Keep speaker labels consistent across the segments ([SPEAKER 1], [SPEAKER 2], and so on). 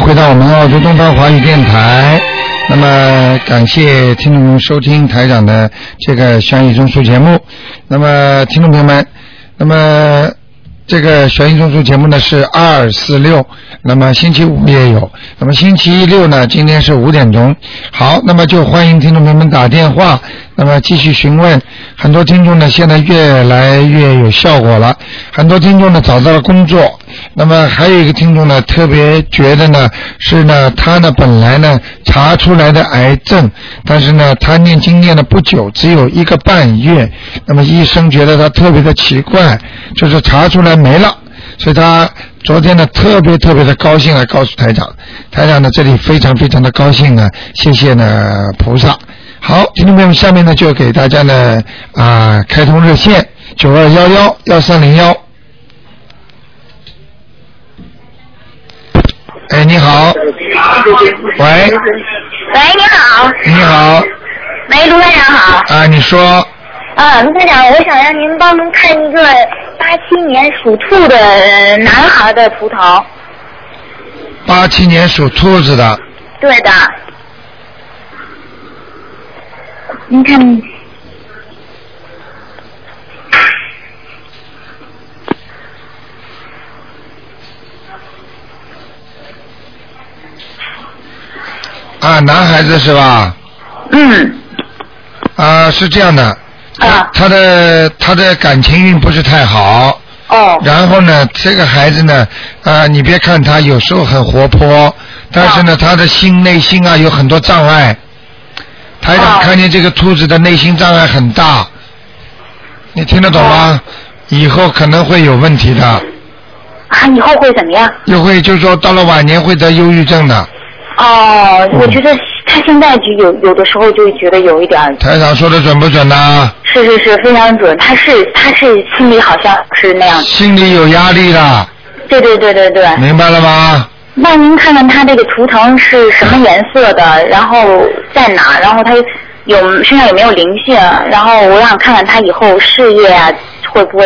[SPEAKER 1] 澳洲东方华语电台。那么，感谢听众朋友收听台长的这个悬疑综述节目。那么，听众朋友们，那么这个悬疑综述节目呢是二四六，那么星期五也有，那么星期六呢，今天是五点钟。好，那么就欢迎听众朋友们打电话，那么继续询问。很多听众呢，现在越来越有效果了，很多听众呢找到了工作。那么还有一个听众呢，特别觉得呢是呢，他呢本来呢查出来的癌症，但是呢他念经念了不久，只有一个半月，那么医生觉得他特别的奇怪，就是查出来没了，所以他昨天呢特别特别的高兴啊，告诉台长，台长呢这里非常非常的高兴啊，谢谢呢菩萨。好，听众朋友们，下面呢就给大家呢啊、开通热线九二幺幺幺三零幺。哎，你好，喂，
[SPEAKER 2] 喂，你好，
[SPEAKER 1] 你好，
[SPEAKER 2] 喂，卢台长好。
[SPEAKER 1] 啊，你说
[SPEAKER 2] 啊，卢台长，我想让您帮忙看一个八七年属兔的呃男孩的图腾。
[SPEAKER 1] 八七年属兔子的，
[SPEAKER 2] 对的。您看，
[SPEAKER 1] 啊，男孩子是吧？
[SPEAKER 2] 嗯，
[SPEAKER 1] 啊，是这样的，
[SPEAKER 2] 啊，
[SPEAKER 1] 他的他的感情运不是太好，
[SPEAKER 2] 哦，
[SPEAKER 1] 然后呢，这个孩子呢，啊，你别看他有时候很活泼，但是呢，他的心内心啊有很多障碍。台长
[SPEAKER 2] 哦
[SPEAKER 1] 看见这个兔子的内心障碍很大，你听得懂吗？以后可能会有问题的，
[SPEAKER 2] 啊，以后会怎么样？
[SPEAKER 1] 又会就是说到了晚年会得忧郁症的。
[SPEAKER 2] 哦，我觉得他现在就有有的时候就觉得有一点儿，
[SPEAKER 1] 台长说的准不准啊呢、
[SPEAKER 2] 是是是，非常准，他是他是心里好像是那样。
[SPEAKER 1] 心里有压力了，
[SPEAKER 2] 对对对对对。
[SPEAKER 1] 明白了吗？
[SPEAKER 2] 那您看看它这个图腾是什么颜色的，然后在哪儿，然后它有身上有没有灵性，然后我想看看它以后事业啊会不会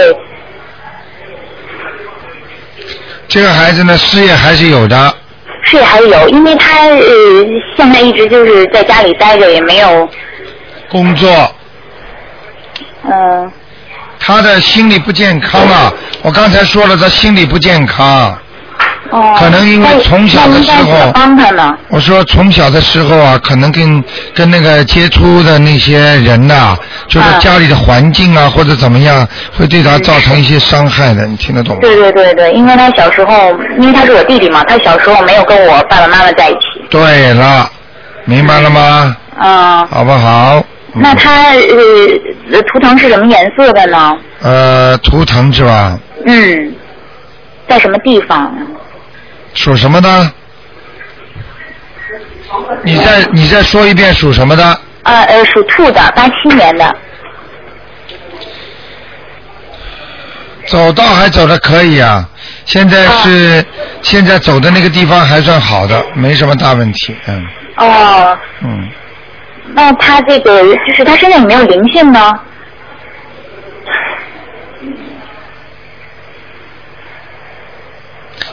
[SPEAKER 1] 这个孩子呢，事业还是有的，
[SPEAKER 2] 事业还有，因为他呃现在一直就是在家里待着，也没有
[SPEAKER 1] 工作，
[SPEAKER 2] 嗯、呃
[SPEAKER 1] 他的心理不健康啊。我刚才说了，他心理不健康。
[SPEAKER 2] 哦，
[SPEAKER 1] 可能因为从小的时候
[SPEAKER 2] 那应该怎么帮他呢？
[SPEAKER 1] 我说从小的时候啊，可能跟跟那个接触的那些人呐、就是
[SPEAKER 2] 啊
[SPEAKER 1] 家里的环境啊，或者怎么样，会对他造成一些伤害的，你听得懂吗？
[SPEAKER 2] 对对对对，因为他小时候，因为他是我弟弟嘛，他小时候没有跟我爸爸妈妈在一起，
[SPEAKER 1] 对了，明白了吗？
[SPEAKER 2] 嗯、
[SPEAKER 1] 好不好？嗯
[SPEAKER 2] 那他呃图腾是什么颜色的呢？
[SPEAKER 1] 呃，图腾是吧？
[SPEAKER 2] 嗯，在什么地方？
[SPEAKER 1] 属什么的？你再你再说一遍属什么的？
[SPEAKER 2] 呃呃，属兔的，八七年的。
[SPEAKER 1] 走道还走的可以啊，现在是、现在走的那个地方还算好的，没什么大问题。嗯
[SPEAKER 2] 哦，
[SPEAKER 1] 嗯，
[SPEAKER 2] 那他这个就是他身上有没有灵性呢？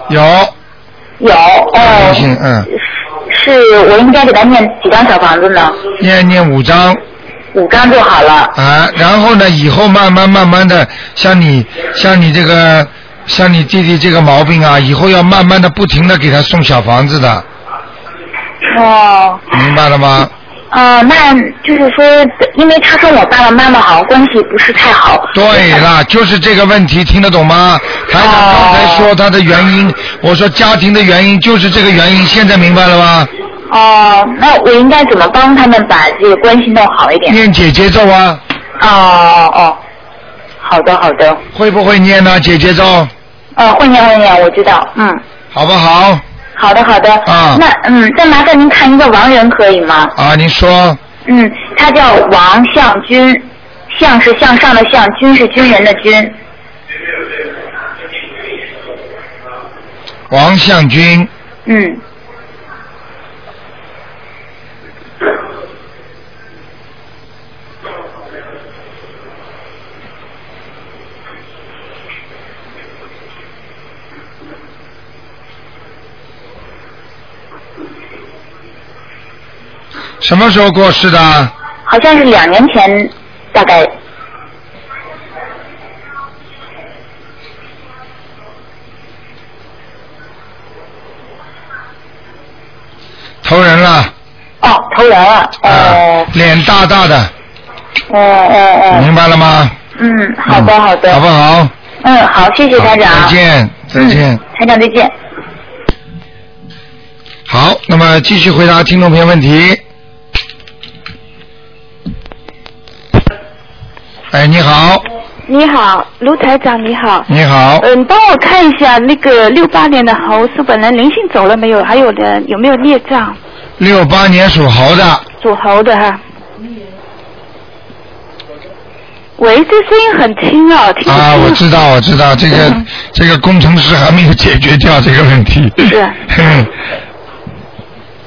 [SPEAKER 1] 有
[SPEAKER 2] 有
[SPEAKER 1] 灵性
[SPEAKER 2] 哦，
[SPEAKER 1] 嗯，
[SPEAKER 2] 是我应该给他念几张小房子呢？
[SPEAKER 1] 念念五张
[SPEAKER 2] 五张就好了。
[SPEAKER 1] 啊，然后呢，以后慢慢慢慢的，像你像你这个像你弟弟这个毛病啊，以后要慢慢的不停的给他送小房子的，
[SPEAKER 2] 哦，
[SPEAKER 1] 明白了吗？
[SPEAKER 2] 呃，那就是说，因为他跟我爸爸妈妈好像关系不是太好。
[SPEAKER 1] 对啦，就是这个问题，听得懂吗？台长刚才说他的原因，我说家庭的原因就是这个原因，现在明白了吗？
[SPEAKER 2] 哦，那我应该怎么帮他们把这个关系弄好一点？
[SPEAKER 1] 念姐姐咒啊，
[SPEAKER 2] 哦哦哦，好的好的，
[SPEAKER 1] 会不会念呢、姐姐咒，
[SPEAKER 2] 呃，会念会念，我知道，嗯。
[SPEAKER 1] 好不好？
[SPEAKER 2] 好的，好的。
[SPEAKER 1] 啊
[SPEAKER 2] 那嗯，再麻烦您看一个亡人可以吗？
[SPEAKER 1] 啊，您说
[SPEAKER 2] 嗯，他叫王向军，向是向上的向，军是军人的军。
[SPEAKER 1] 王向军，
[SPEAKER 2] 嗯，
[SPEAKER 1] 什么时候过世的？
[SPEAKER 3] 好像是两年前，大概
[SPEAKER 1] 投人了，
[SPEAKER 3] 哦，投人了，
[SPEAKER 1] 啊、
[SPEAKER 3] 呃，
[SPEAKER 1] 脸大大的，
[SPEAKER 2] 呃
[SPEAKER 3] 嗯嗯嗯，
[SPEAKER 1] 明白了吗？
[SPEAKER 3] 嗯，好的
[SPEAKER 1] 嗯
[SPEAKER 3] 好的，
[SPEAKER 1] 好不好？
[SPEAKER 3] 嗯，好，谢谢台长，
[SPEAKER 1] 好再见，再见。
[SPEAKER 3] 嗯，台长再见。
[SPEAKER 1] 好，那么继续回答听众朋友问题。哎，你好，
[SPEAKER 4] 你好，卢台长，你好。
[SPEAKER 1] 你好，
[SPEAKER 4] 嗯，帮我看一下那个六八年的猴是本人灵性走了没有？还有呢，有没有孽障？
[SPEAKER 1] 六八年属猴的，
[SPEAKER 4] 属猴的哈。喂，这声音很轻哦，听不清。
[SPEAKER 1] 啊，我知道，我知道，这个、
[SPEAKER 4] 嗯
[SPEAKER 1] 这个工程师还没有解决掉这个问题。
[SPEAKER 4] 是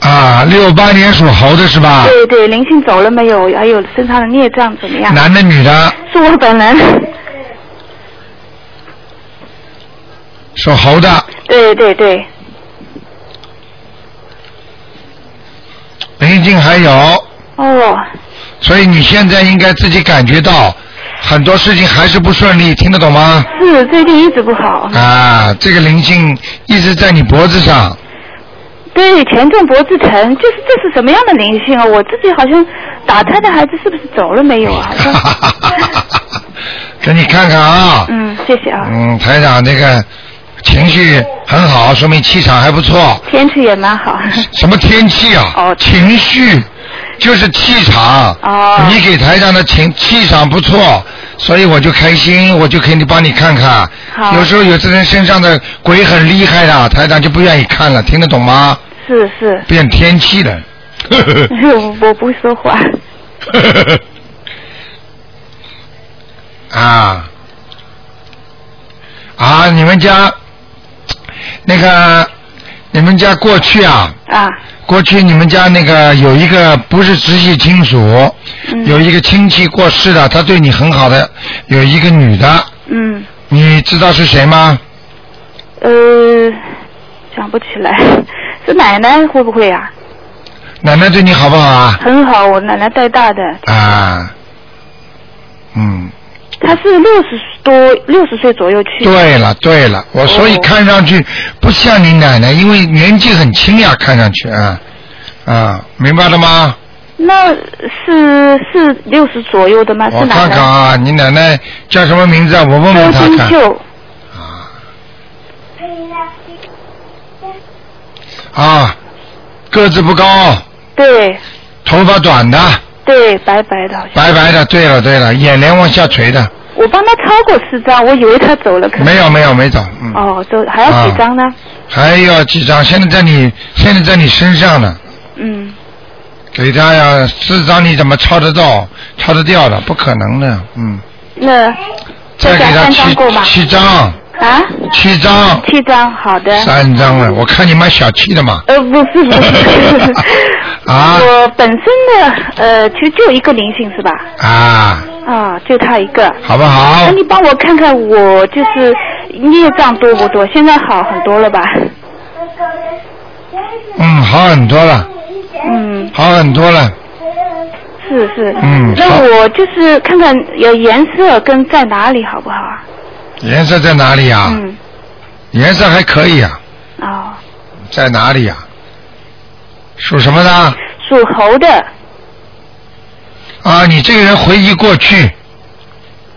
[SPEAKER 1] 啊，六八年属猴的是吧？
[SPEAKER 4] 对对，灵性走了没有？还有身上的孽障怎么样？
[SPEAKER 1] 男的女的？
[SPEAKER 4] 是我本人。
[SPEAKER 1] 属猴的，
[SPEAKER 4] 对对对，
[SPEAKER 1] 灵性还有，
[SPEAKER 4] 哦，
[SPEAKER 1] 所以你现在应该自己感觉到很多事情还是不顺利，听得懂吗？
[SPEAKER 4] 是最近一直不好。
[SPEAKER 1] 啊，这个灵性一直在你脖子上，
[SPEAKER 4] 对，前阵脖子疼，就是这是什么样的灵性啊？我自己好像打胎的孩子是不是走了没有啊？好像
[SPEAKER 1] 给你看看啊，
[SPEAKER 4] 嗯，谢谢啊。
[SPEAKER 1] 嗯，台长这个情绪很好，说明气场还不错。
[SPEAKER 4] 天气也蛮好。
[SPEAKER 1] 什么天气啊？
[SPEAKER 4] 哦
[SPEAKER 1] 情绪就是气场。
[SPEAKER 4] 哦
[SPEAKER 1] 你给台长的情气场不错，所以我就开心，我就可以帮你看看。
[SPEAKER 4] 好
[SPEAKER 1] 有时候有的人身上的鬼很厉害的，台长就不愿意看了，听得懂吗？
[SPEAKER 4] 是是，
[SPEAKER 1] 变天气了。呵呵呵
[SPEAKER 4] 我我不会说话。
[SPEAKER 1] 啊啊！你们家那个，你们家过去啊，
[SPEAKER 4] 啊，
[SPEAKER 1] 过去你们家那个有一个不是直系亲属，
[SPEAKER 4] 嗯
[SPEAKER 1] 有一个亲戚过世的，他对你很好的，有一个女的，
[SPEAKER 4] 嗯，
[SPEAKER 1] 你知道是谁吗？
[SPEAKER 4] 呃，想不起来，是奶奶会不会啊？
[SPEAKER 1] 奶奶对你好不好啊？
[SPEAKER 4] 很好，我奶奶带大的，
[SPEAKER 1] 啊，嗯，
[SPEAKER 4] 她是六十多，六十岁左右去。
[SPEAKER 1] 对了对了，我所以
[SPEAKER 4] 哦
[SPEAKER 1] 看上去不像你奶奶，因为年纪很轻呀，看上去啊啊，明白了吗？
[SPEAKER 4] 那是是六十左右的吗？是
[SPEAKER 1] 我
[SPEAKER 4] 奶
[SPEAKER 1] 看看
[SPEAKER 4] 奶。
[SPEAKER 1] 啊，你奶奶叫什么名字啊？我问问
[SPEAKER 4] 周
[SPEAKER 1] 她
[SPEAKER 4] 金
[SPEAKER 1] 看。
[SPEAKER 4] 秀，
[SPEAKER 1] 啊，个子不高，
[SPEAKER 4] 对
[SPEAKER 1] 头发短的，
[SPEAKER 4] 对，白白的，好像。
[SPEAKER 1] 白白的。对了对了，眼帘往下垂的。
[SPEAKER 4] 我帮她超过四张，我以为她走了，可是
[SPEAKER 1] 没有没有没走，嗯，啊
[SPEAKER 4] 哦，走还要几张呢？
[SPEAKER 1] 还有几张，现在在你现在在你身上呢，
[SPEAKER 4] 嗯，
[SPEAKER 1] 给他呀四张，你怎么抄得到？抄得掉的，不可能的，嗯。
[SPEAKER 4] 那
[SPEAKER 1] 再给他
[SPEAKER 4] 再加三张够吗
[SPEAKER 1] 七七张，
[SPEAKER 4] 啊，
[SPEAKER 1] 七张，
[SPEAKER 4] 七张，好的。
[SPEAKER 1] 三张了。我看你蛮小气的嘛。，
[SPEAKER 4] 呃，不是不是
[SPEAKER 1] 啊
[SPEAKER 4] 我本身的呃，其实就一个灵性是吧？
[SPEAKER 1] 啊，
[SPEAKER 4] 啊，就他一个。
[SPEAKER 1] 好不好
[SPEAKER 4] 那？你帮我看看我就是孽障多不多？现在好很多了吧？
[SPEAKER 1] 嗯，好很多了，
[SPEAKER 4] 嗯，
[SPEAKER 1] 好很多了。
[SPEAKER 4] 是是。
[SPEAKER 1] 嗯好
[SPEAKER 4] 那我就是看看有颜色跟在哪里好不好啊？
[SPEAKER 1] 颜色在哪里啊？
[SPEAKER 4] 嗯，
[SPEAKER 1] 颜色还可以啊，
[SPEAKER 4] 哦，
[SPEAKER 1] 在哪里啊？属什么的？
[SPEAKER 4] 属猴的，
[SPEAKER 1] 啊，你这个人回忆过去，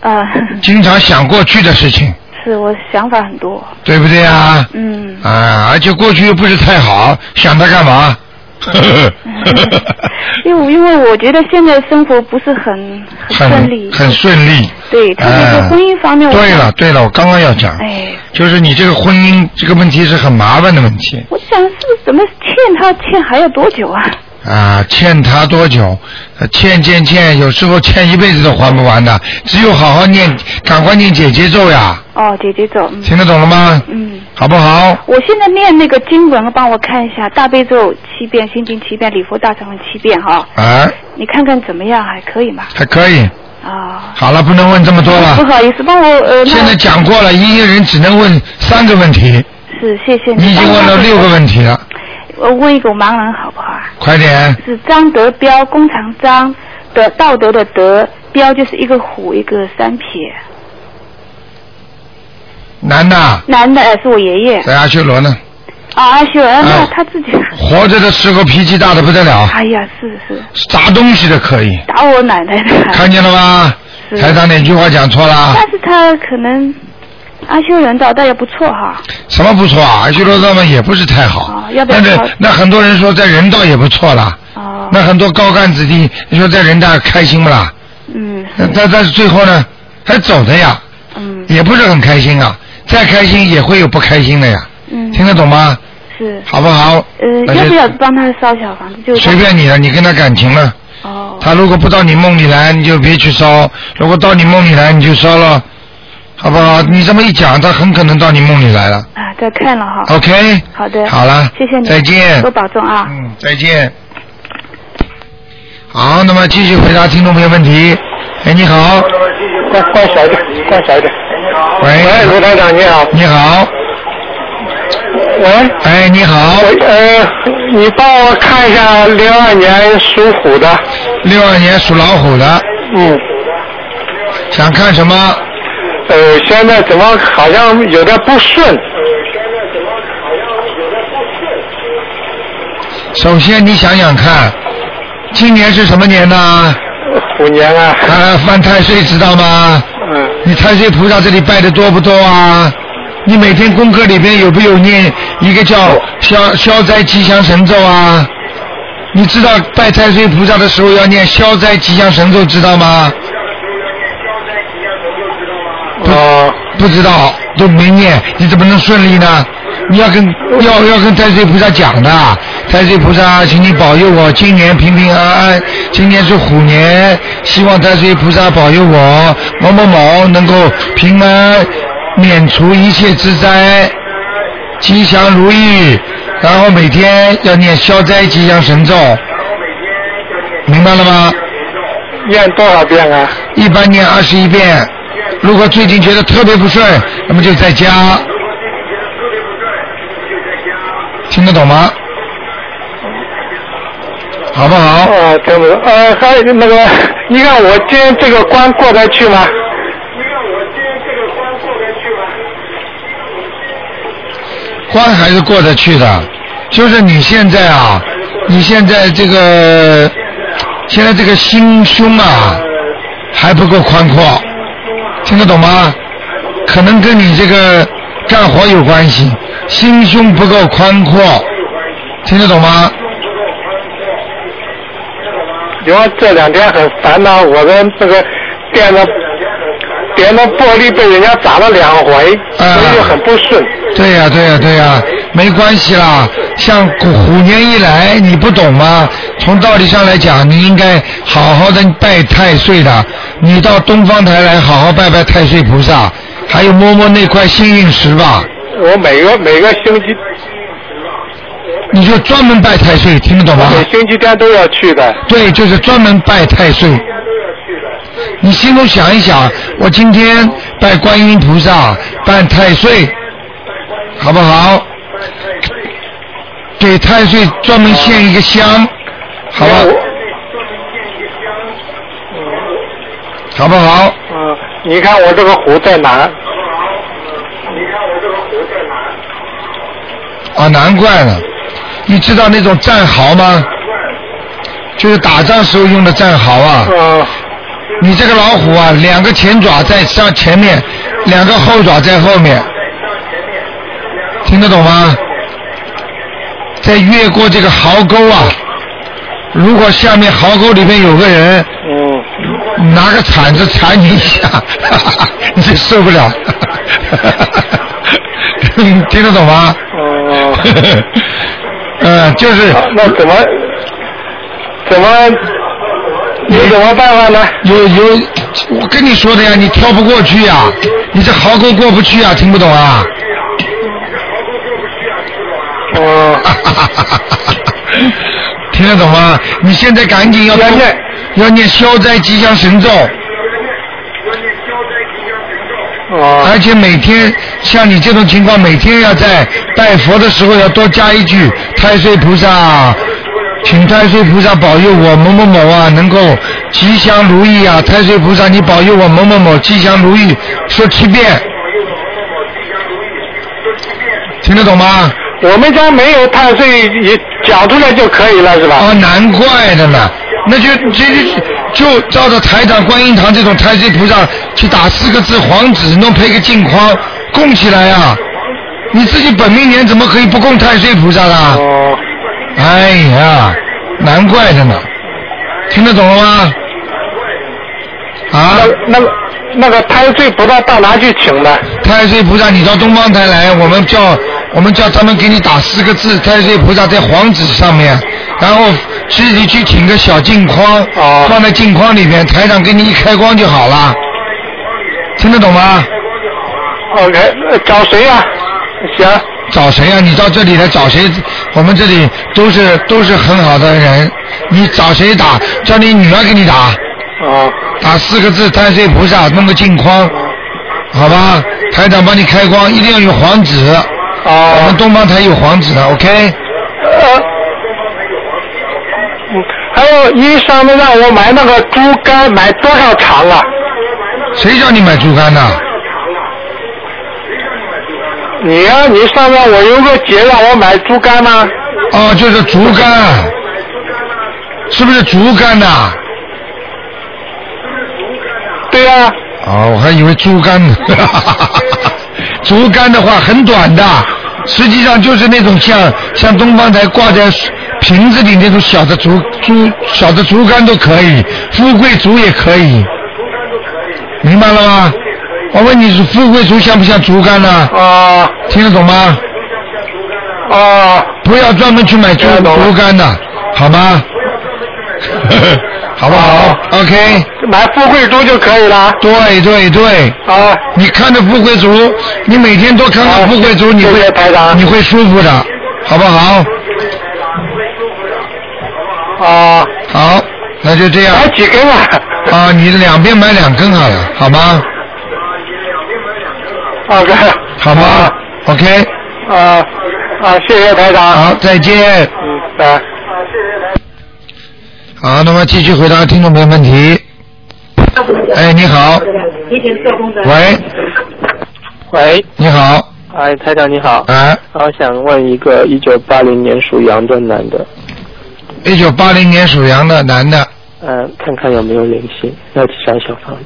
[SPEAKER 4] 呃，
[SPEAKER 1] 经常想过去的事情，
[SPEAKER 4] 是我想法很多。
[SPEAKER 1] 对不对啊？
[SPEAKER 4] 嗯。
[SPEAKER 1] 啊，而且过去又不是太好，想它干 嘛？
[SPEAKER 4] 因为因为我觉得现在生活不是很很顺利
[SPEAKER 1] 很，很顺利。
[SPEAKER 4] 对，特别是
[SPEAKER 1] 哎
[SPEAKER 4] 婚姻方面，我
[SPEAKER 1] 对
[SPEAKER 4] 想
[SPEAKER 1] 了，对了，我刚刚要讲，
[SPEAKER 4] 哎，
[SPEAKER 1] 就是你这个婚姻这个问题是很麻烦的问题
[SPEAKER 4] 我想是不是怎么欠他欠还要多久啊？
[SPEAKER 1] 啊，欠他多久，呃欠欠欠，有时候欠一辈子都还不完的，只有好好念，赶快念姐姐咒呀，
[SPEAKER 4] 哦，姐姐走，嗯
[SPEAKER 1] 听得懂了吗？
[SPEAKER 4] 嗯，
[SPEAKER 1] 好不好？
[SPEAKER 4] 我现在念那个经文，帮我看一下，大悲咒七遍，心经七遍，礼佛大忏悔七遍哈，
[SPEAKER 1] 啊，
[SPEAKER 4] 你看看怎么样，还可以吗？
[SPEAKER 1] 还可以。
[SPEAKER 4] 啊、
[SPEAKER 1] 好了，不能问这么多
[SPEAKER 4] 不
[SPEAKER 1] 了。
[SPEAKER 4] 好意思，帮我呃，那
[SPEAKER 1] 现在讲过了，一个人只能问三个问题，
[SPEAKER 4] 是谢谢
[SPEAKER 1] 你已经问了六个问题了，
[SPEAKER 4] 呃我问一个盲人好不好啊？
[SPEAKER 1] 快点，
[SPEAKER 4] 是张德彪，工长张的道德的德，彪就是一个虎一个三撇。
[SPEAKER 1] 男的，
[SPEAKER 4] 男的呃是我爷爷
[SPEAKER 1] 在阿修罗呢，
[SPEAKER 4] 啊，阿修，啊那
[SPEAKER 1] 啊
[SPEAKER 4] 他自己，
[SPEAKER 1] 活着的时候脾气大的不得了，
[SPEAKER 4] 哎呀，是是
[SPEAKER 1] 砸东西的可以，
[SPEAKER 4] 打我奶奶的，
[SPEAKER 1] 看见了吗？
[SPEAKER 4] 是
[SPEAKER 1] 台长哪啊句话讲错了？
[SPEAKER 4] 但是他可能阿修人道倒也不错哈，
[SPEAKER 1] 什么不错啊？阿修罗道嘛也不是太好
[SPEAKER 4] 啊，要不要
[SPEAKER 1] 但是
[SPEAKER 4] 调
[SPEAKER 1] 那很多人说在人道也不错啦，
[SPEAKER 4] 哦，
[SPEAKER 1] 那很多高干子弟，你说在人道开心不啦？
[SPEAKER 4] 嗯
[SPEAKER 1] 那但但是最后呢，还走的呀，
[SPEAKER 4] 嗯
[SPEAKER 1] 也不是很开心啊。再开心也会有不开心的呀，
[SPEAKER 4] 嗯，
[SPEAKER 1] 听得懂吗？
[SPEAKER 4] 是，
[SPEAKER 1] 好不好？
[SPEAKER 4] 呃，
[SPEAKER 1] 那
[SPEAKER 4] 要
[SPEAKER 1] 就
[SPEAKER 4] 不要帮他烧小房子？就
[SPEAKER 1] 随便你了，你跟他感情了。
[SPEAKER 4] 哦，
[SPEAKER 1] 他如果不到你梦里来，你就别去烧；如果到你梦里来，你就烧了，好不好？你这么一讲，他很可能到你梦里来了。
[SPEAKER 4] 啊，再看了哈，
[SPEAKER 1] OK，
[SPEAKER 4] 好的，
[SPEAKER 1] 好了
[SPEAKER 4] 谢谢你，
[SPEAKER 1] 再见
[SPEAKER 4] 多保重啊，
[SPEAKER 1] 嗯，再见。好，那么继续回答听众朋友问题。哎，你好，
[SPEAKER 5] 关关小一点，关小一点。喂，卢
[SPEAKER 1] 喂，
[SPEAKER 5] 台长你好。
[SPEAKER 1] 你好，
[SPEAKER 5] 喂，
[SPEAKER 1] 哎，你好，
[SPEAKER 5] 我呃，你帮我看一下零二年属虎的，
[SPEAKER 1] 六二年属老虎的，
[SPEAKER 5] 嗯，
[SPEAKER 1] 想看什么？
[SPEAKER 5] 呃，现在怎么好像有点不顺？
[SPEAKER 1] 首先你想想看，今年是什么年呢？
[SPEAKER 5] 虎年啊，
[SPEAKER 1] 啊，犯太岁知道吗？
[SPEAKER 5] 嗯，
[SPEAKER 1] 你太岁菩萨这里拜的多不多啊？你每天功课里边有没有念一个叫消消灾吉祥神咒啊？你知道拜太岁菩萨的时候要念消灾吉祥神咒，知道吗？
[SPEAKER 5] 哦，
[SPEAKER 1] 不知道都没念，你怎么能顺利呢？你要跟要要跟太岁菩萨讲的，太岁菩萨，请你保佑我今年平平安安，今年是虎年，希望太岁菩萨保佑我某某某能够平安，免除一切之灾，吉祥如意。然后每天要念消灾吉祥神咒，明白了吗？
[SPEAKER 5] 念多少遍啊？
[SPEAKER 1] 一般念二十一遍。如果最近觉得特别不顺，那么就在家。听得懂吗？好不好？
[SPEAKER 5] 哦，听不懂。呃，还有那个，你看我今天这个关过得去吗？
[SPEAKER 1] 关还是过得去的，就是你现在啊，你现在这个，现在这个心胸啊，还不够宽阔，听得懂吗？可能跟你这个干活有关系，心胸不够宽阔，听得懂吗？
[SPEAKER 5] 因为这两天很烦恼，我的那个电的电的玻璃被人家砸了两回，
[SPEAKER 1] 啊
[SPEAKER 5] 所以很不顺。
[SPEAKER 1] 对呀、对呀、对呀、没关系啦。像虎虎年一来，你不懂吗？从道理上来讲，你应该好好的拜太岁的。你到东方台来，好好拜拜太岁菩萨，还有摸摸那块幸运石吧。
[SPEAKER 5] 我每个每个星期
[SPEAKER 1] 你就专门拜太岁，听得懂吗？
[SPEAKER 5] 每星期天都要去的。
[SPEAKER 1] 对，就是专门拜太岁。你心中想一想，我今天拜观音菩萨，拜太岁，好不好？给太岁专门献一个香，好吧？好不好？
[SPEAKER 5] 嗯，你看我这个湖在哪？
[SPEAKER 1] 啊，难怪了。你知道那种战壕吗？就是打仗时候用的战壕啊。
[SPEAKER 5] 嗯，
[SPEAKER 1] 你这个老虎啊，两个前爪在上前面，两个后爪在后面，听得懂吗？在越过这个壕沟啊，如果下面壕沟里面有个人
[SPEAKER 5] 嗯，
[SPEAKER 1] 拿个铲子铲你一下， 你就受不了。 听得懂吗？啊
[SPEAKER 5] 哦、
[SPEAKER 1] 呃，就是
[SPEAKER 5] 好那怎么怎么你怎么办法呢？
[SPEAKER 1] 有有，我跟你说的呀，你跳不过去呀，你这壕沟过不去呀，听不懂啊？
[SPEAKER 5] 嗯，
[SPEAKER 1] 啊听得懂吗？你现在赶紧要
[SPEAKER 5] 要念
[SPEAKER 1] 要念消灾吉祥神咒，
[SPEAKER 5] 啊哦、
[SPEAKER 1] 而且每天像你这种情况，每天要在拜佛的时候要多加一句太岁菩萨。请太岁菩萨保佑我某某某啊，能够吉祥如意啊！太岁菩萨，你保佑我某某某吉祥如意，说七遍。听得懂吗？
[SPEAKER 5] 我们家没有碳税，也讲出来就可以了，是吧？
[SPEAKER 1] 哦，难怪的呢，那就就就就照着台长观音堂这种太岁菩萨去打四个字黄纸，弄配个镜框供起来啊！你自己本命年怎么可以不供太岁菩萨的？
[SPEAKER 5] 哦，
[SPEAKER 1] 哎呀，难怪的呢，听得懂了吗？啊，
[SPEAKER 5] 那那那个碳税不知道到哪去请的？
[SPEAKER 1] 太岁菩萨，你到东方台来，我们叫我们叫他们给你打四个字，太岁菩萨在黄纸上面，然后自己去请个小镜框，
[SPEAKER 5] 哦
[SPEAKER 1] 放在镜框里面，台长给你一开光就好了，听得懂吗？
[SPEAKER 5] 哦，来呃找谁呀、行，
[SPEAKER 1] 找谁啊呀、你到这里来找谁？我们这里都是都是很好的人，你找谁打？叫你女儿给你打。
[SPEAKER 5] 哦，
[SPEAKER 1] 打四个字“太岁菩萨”，弄个镜框，好吧？台长帮你开光，一定要有黄纸。我们
[SPEAKER 5] 哦，
[SPEAKER 1] 东方台有黄纸的，OK？
[SPEAKER 5] 呃，嗯，还有医生们让我买那个猪肝，买多少肠啊？
[SPEAKER 1] 谁叫你买猪肝的？
[SPEAKER 5] 你呀、你上面我有个姐让我买猪肝吗、
[SPEAKER 1] 哦，就是竹竿，是不是竹竿呐？
[SPEAKER 5] 对呀、
[SPEAKER 1] 哦，我还以为猪肝呢。 竹竿的话很短的，实际上就是那种像像东方台挂在瓶子里那种小的竹竹小的竹竿都可以，富贵竹也可以。明白了吗？我问你是富贵竹像不像竹竿呢、
[SPEAKER 5] 哦
[SPEAKER 1] 听得懂吗？
[SPEAKER 5] 哦，
[SPEAKER 1] 不要专门去买竹
[SPEAKER 5] 听得啊懂了
[SPEAKER 1] 竹竿的，好 吗？好不好？OK，
[SPEAKER 5] 买富贵猪就可以了。
[SPEAKER 1] 对对对，
[SPEAKER 5] 啊，
[SPEAKER 1] 你看着富贵竹，你每天多看看
[SPEAKER 5] 好
[SPEAKER 1] 富贵竹，你
[SPEAKER 5] 谢
[SPEAKER 1] 会
[SPEAKER 5] 谢台长
[SPEAKER 1] 你会舒服的，好不好？啊
[SPEAKER 5] 哦，
[SPEAKER 1] 好，那就这样
[SPEAKER 5] 买几根啊？
[SPEAKER 1] 啊，你两边买两根好了，好吗？
[SPEAKER 5] 啊，哥，
[SPEAKER 1] 好吗？OK，
[SPEAKER 5] 啊啊，谢谢台长。
[SPEAKER 1] 好，再见。
[SPEAKER 5] 嗯，啊。
[SPEAKER 1] 好，那么继续回答听众朋友问题。哎，你好，喂，
[SPEAKER 6] 喂，
[SPEAKER 1] 你好，
[SPEAKER 6] 哎，台长你好，
[SPEAKER 1] 啊，
[SPEAKER 6] 我想问一个一九八零年属羊的男的，
[SPEAKER 1] 一九八零年属羊的男的，
[SPEAKER 6] 嗯、看看有没有灵性，要几张小房子？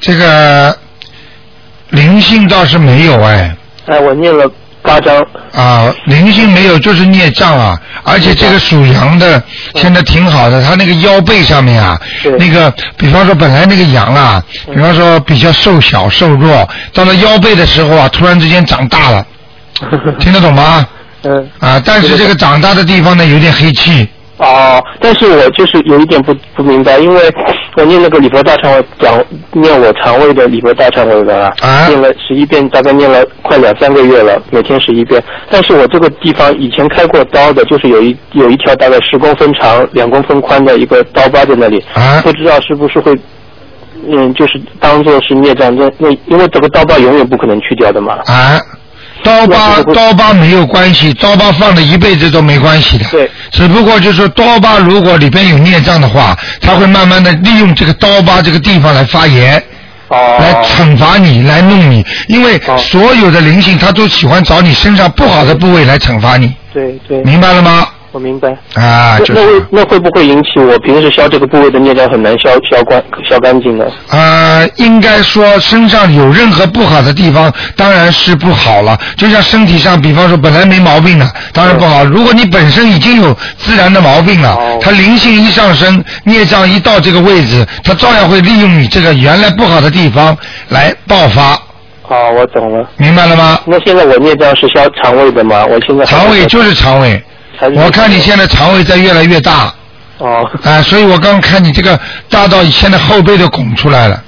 [SPEAKER 1] 这个灵性倒是没有哎，
[SPEAKER 6] 哎，我念了八张，
[SPEAKER 1] 啊，灵性没有就是孽障啊，而且这个属羊的现在挺好的，他那个腰背上面啊
[SPEAKER 6] 对，
[SPEAKER 1] 那个比方说本来那个羊啊，
[SPEAKER 6] 嗯
[SPEAKER 1] 比方说比较瘦小瘦弱，到了腰背的时候啊，突然之间长大了，听得懂吗？
[SPEAKER 6] 嗯，
[SPEAKER 1] 啊，但是这个长大的地方呢，有点黑气，
[SPEAKER 6] 哦，但是我就是有一点不不明白，因为我念那个礼佛大忏悔讲念我肠胃的礼佛大忏悔文啊，
[SPEAKER 1] 啊
[SPEAKER 6] 念了十一遍，大概念了快两三个月了，每天十一遍。但是我这个地方以前开过刀的，就是有一有一条大概十公分长、两公分宽的一个刀疤在那里，
[SPEAKER 1] 啊
[SPEAKER 6] 不知道是不是会。嗯，就是当做是孽障，那那因为这个刀疤永远不可能去掉的嘛。
[SPEAKER 1] 啊，刀疤
[SPEAKER 6] 我我
[SPEAKER 1] 刀疤没有关系，刀疤放了一辈子都没关系的。
[SPEAKER 6] 对。
[SPEAKER 1] 只不过就是说刀疤如果里边有孽障的话，它会慢慢的利用这个刀疤这个地方来发炎。
[SPEAKER 6] 哦
[SPEAKER 1] 来惩罚你，来弄你，因为
[SPEAKER 6] 哦
[SPEAKER 1] 所有的灵性他都喜欢找你身上不好的部位来惩罚你，
[SPEAKER 6] 对对，
[SPEAKER 1] 明白了吗？
[SPEAKER 6] 我明白。
[SPEAKER 1] 啊，就
[SPEAKER 6] 那那
[SPEAKER 1] 是
[SPEAKER 6] 会那会不会引起我平时消这个部位的孽障很难消消干消干净啊呢？
[SPEAKER 1] 呃，应该说身上有任何不好的地方，当然是不好了。就像身体上，比方说本来没毛病的，当然不好。如果你本身已经有自然的毛病了
[SPEAKER 6] 哦，
[SPEAKER 1] 它灵性一上升，孽障一到这个位置，它照样会利用你这个原来不好的地方来爆发，
[SPEAKER 6] 哦，我懂了。
[SPEAKER 1] 明白了吗？
[SPEAKER 6] 那现在我孽障是消肠胃的吗？我现在还
[SPEAKER 1] 肠胃就是肠胃。
[SPEAKER 6] 还是
[SPEAKER 1] 我看你现在肠胃在越来越大，啊、
[SPEAKER 6] 哦，
[SPEAKER 1] 所以我刚看你这个大到现在后背都拱出来了，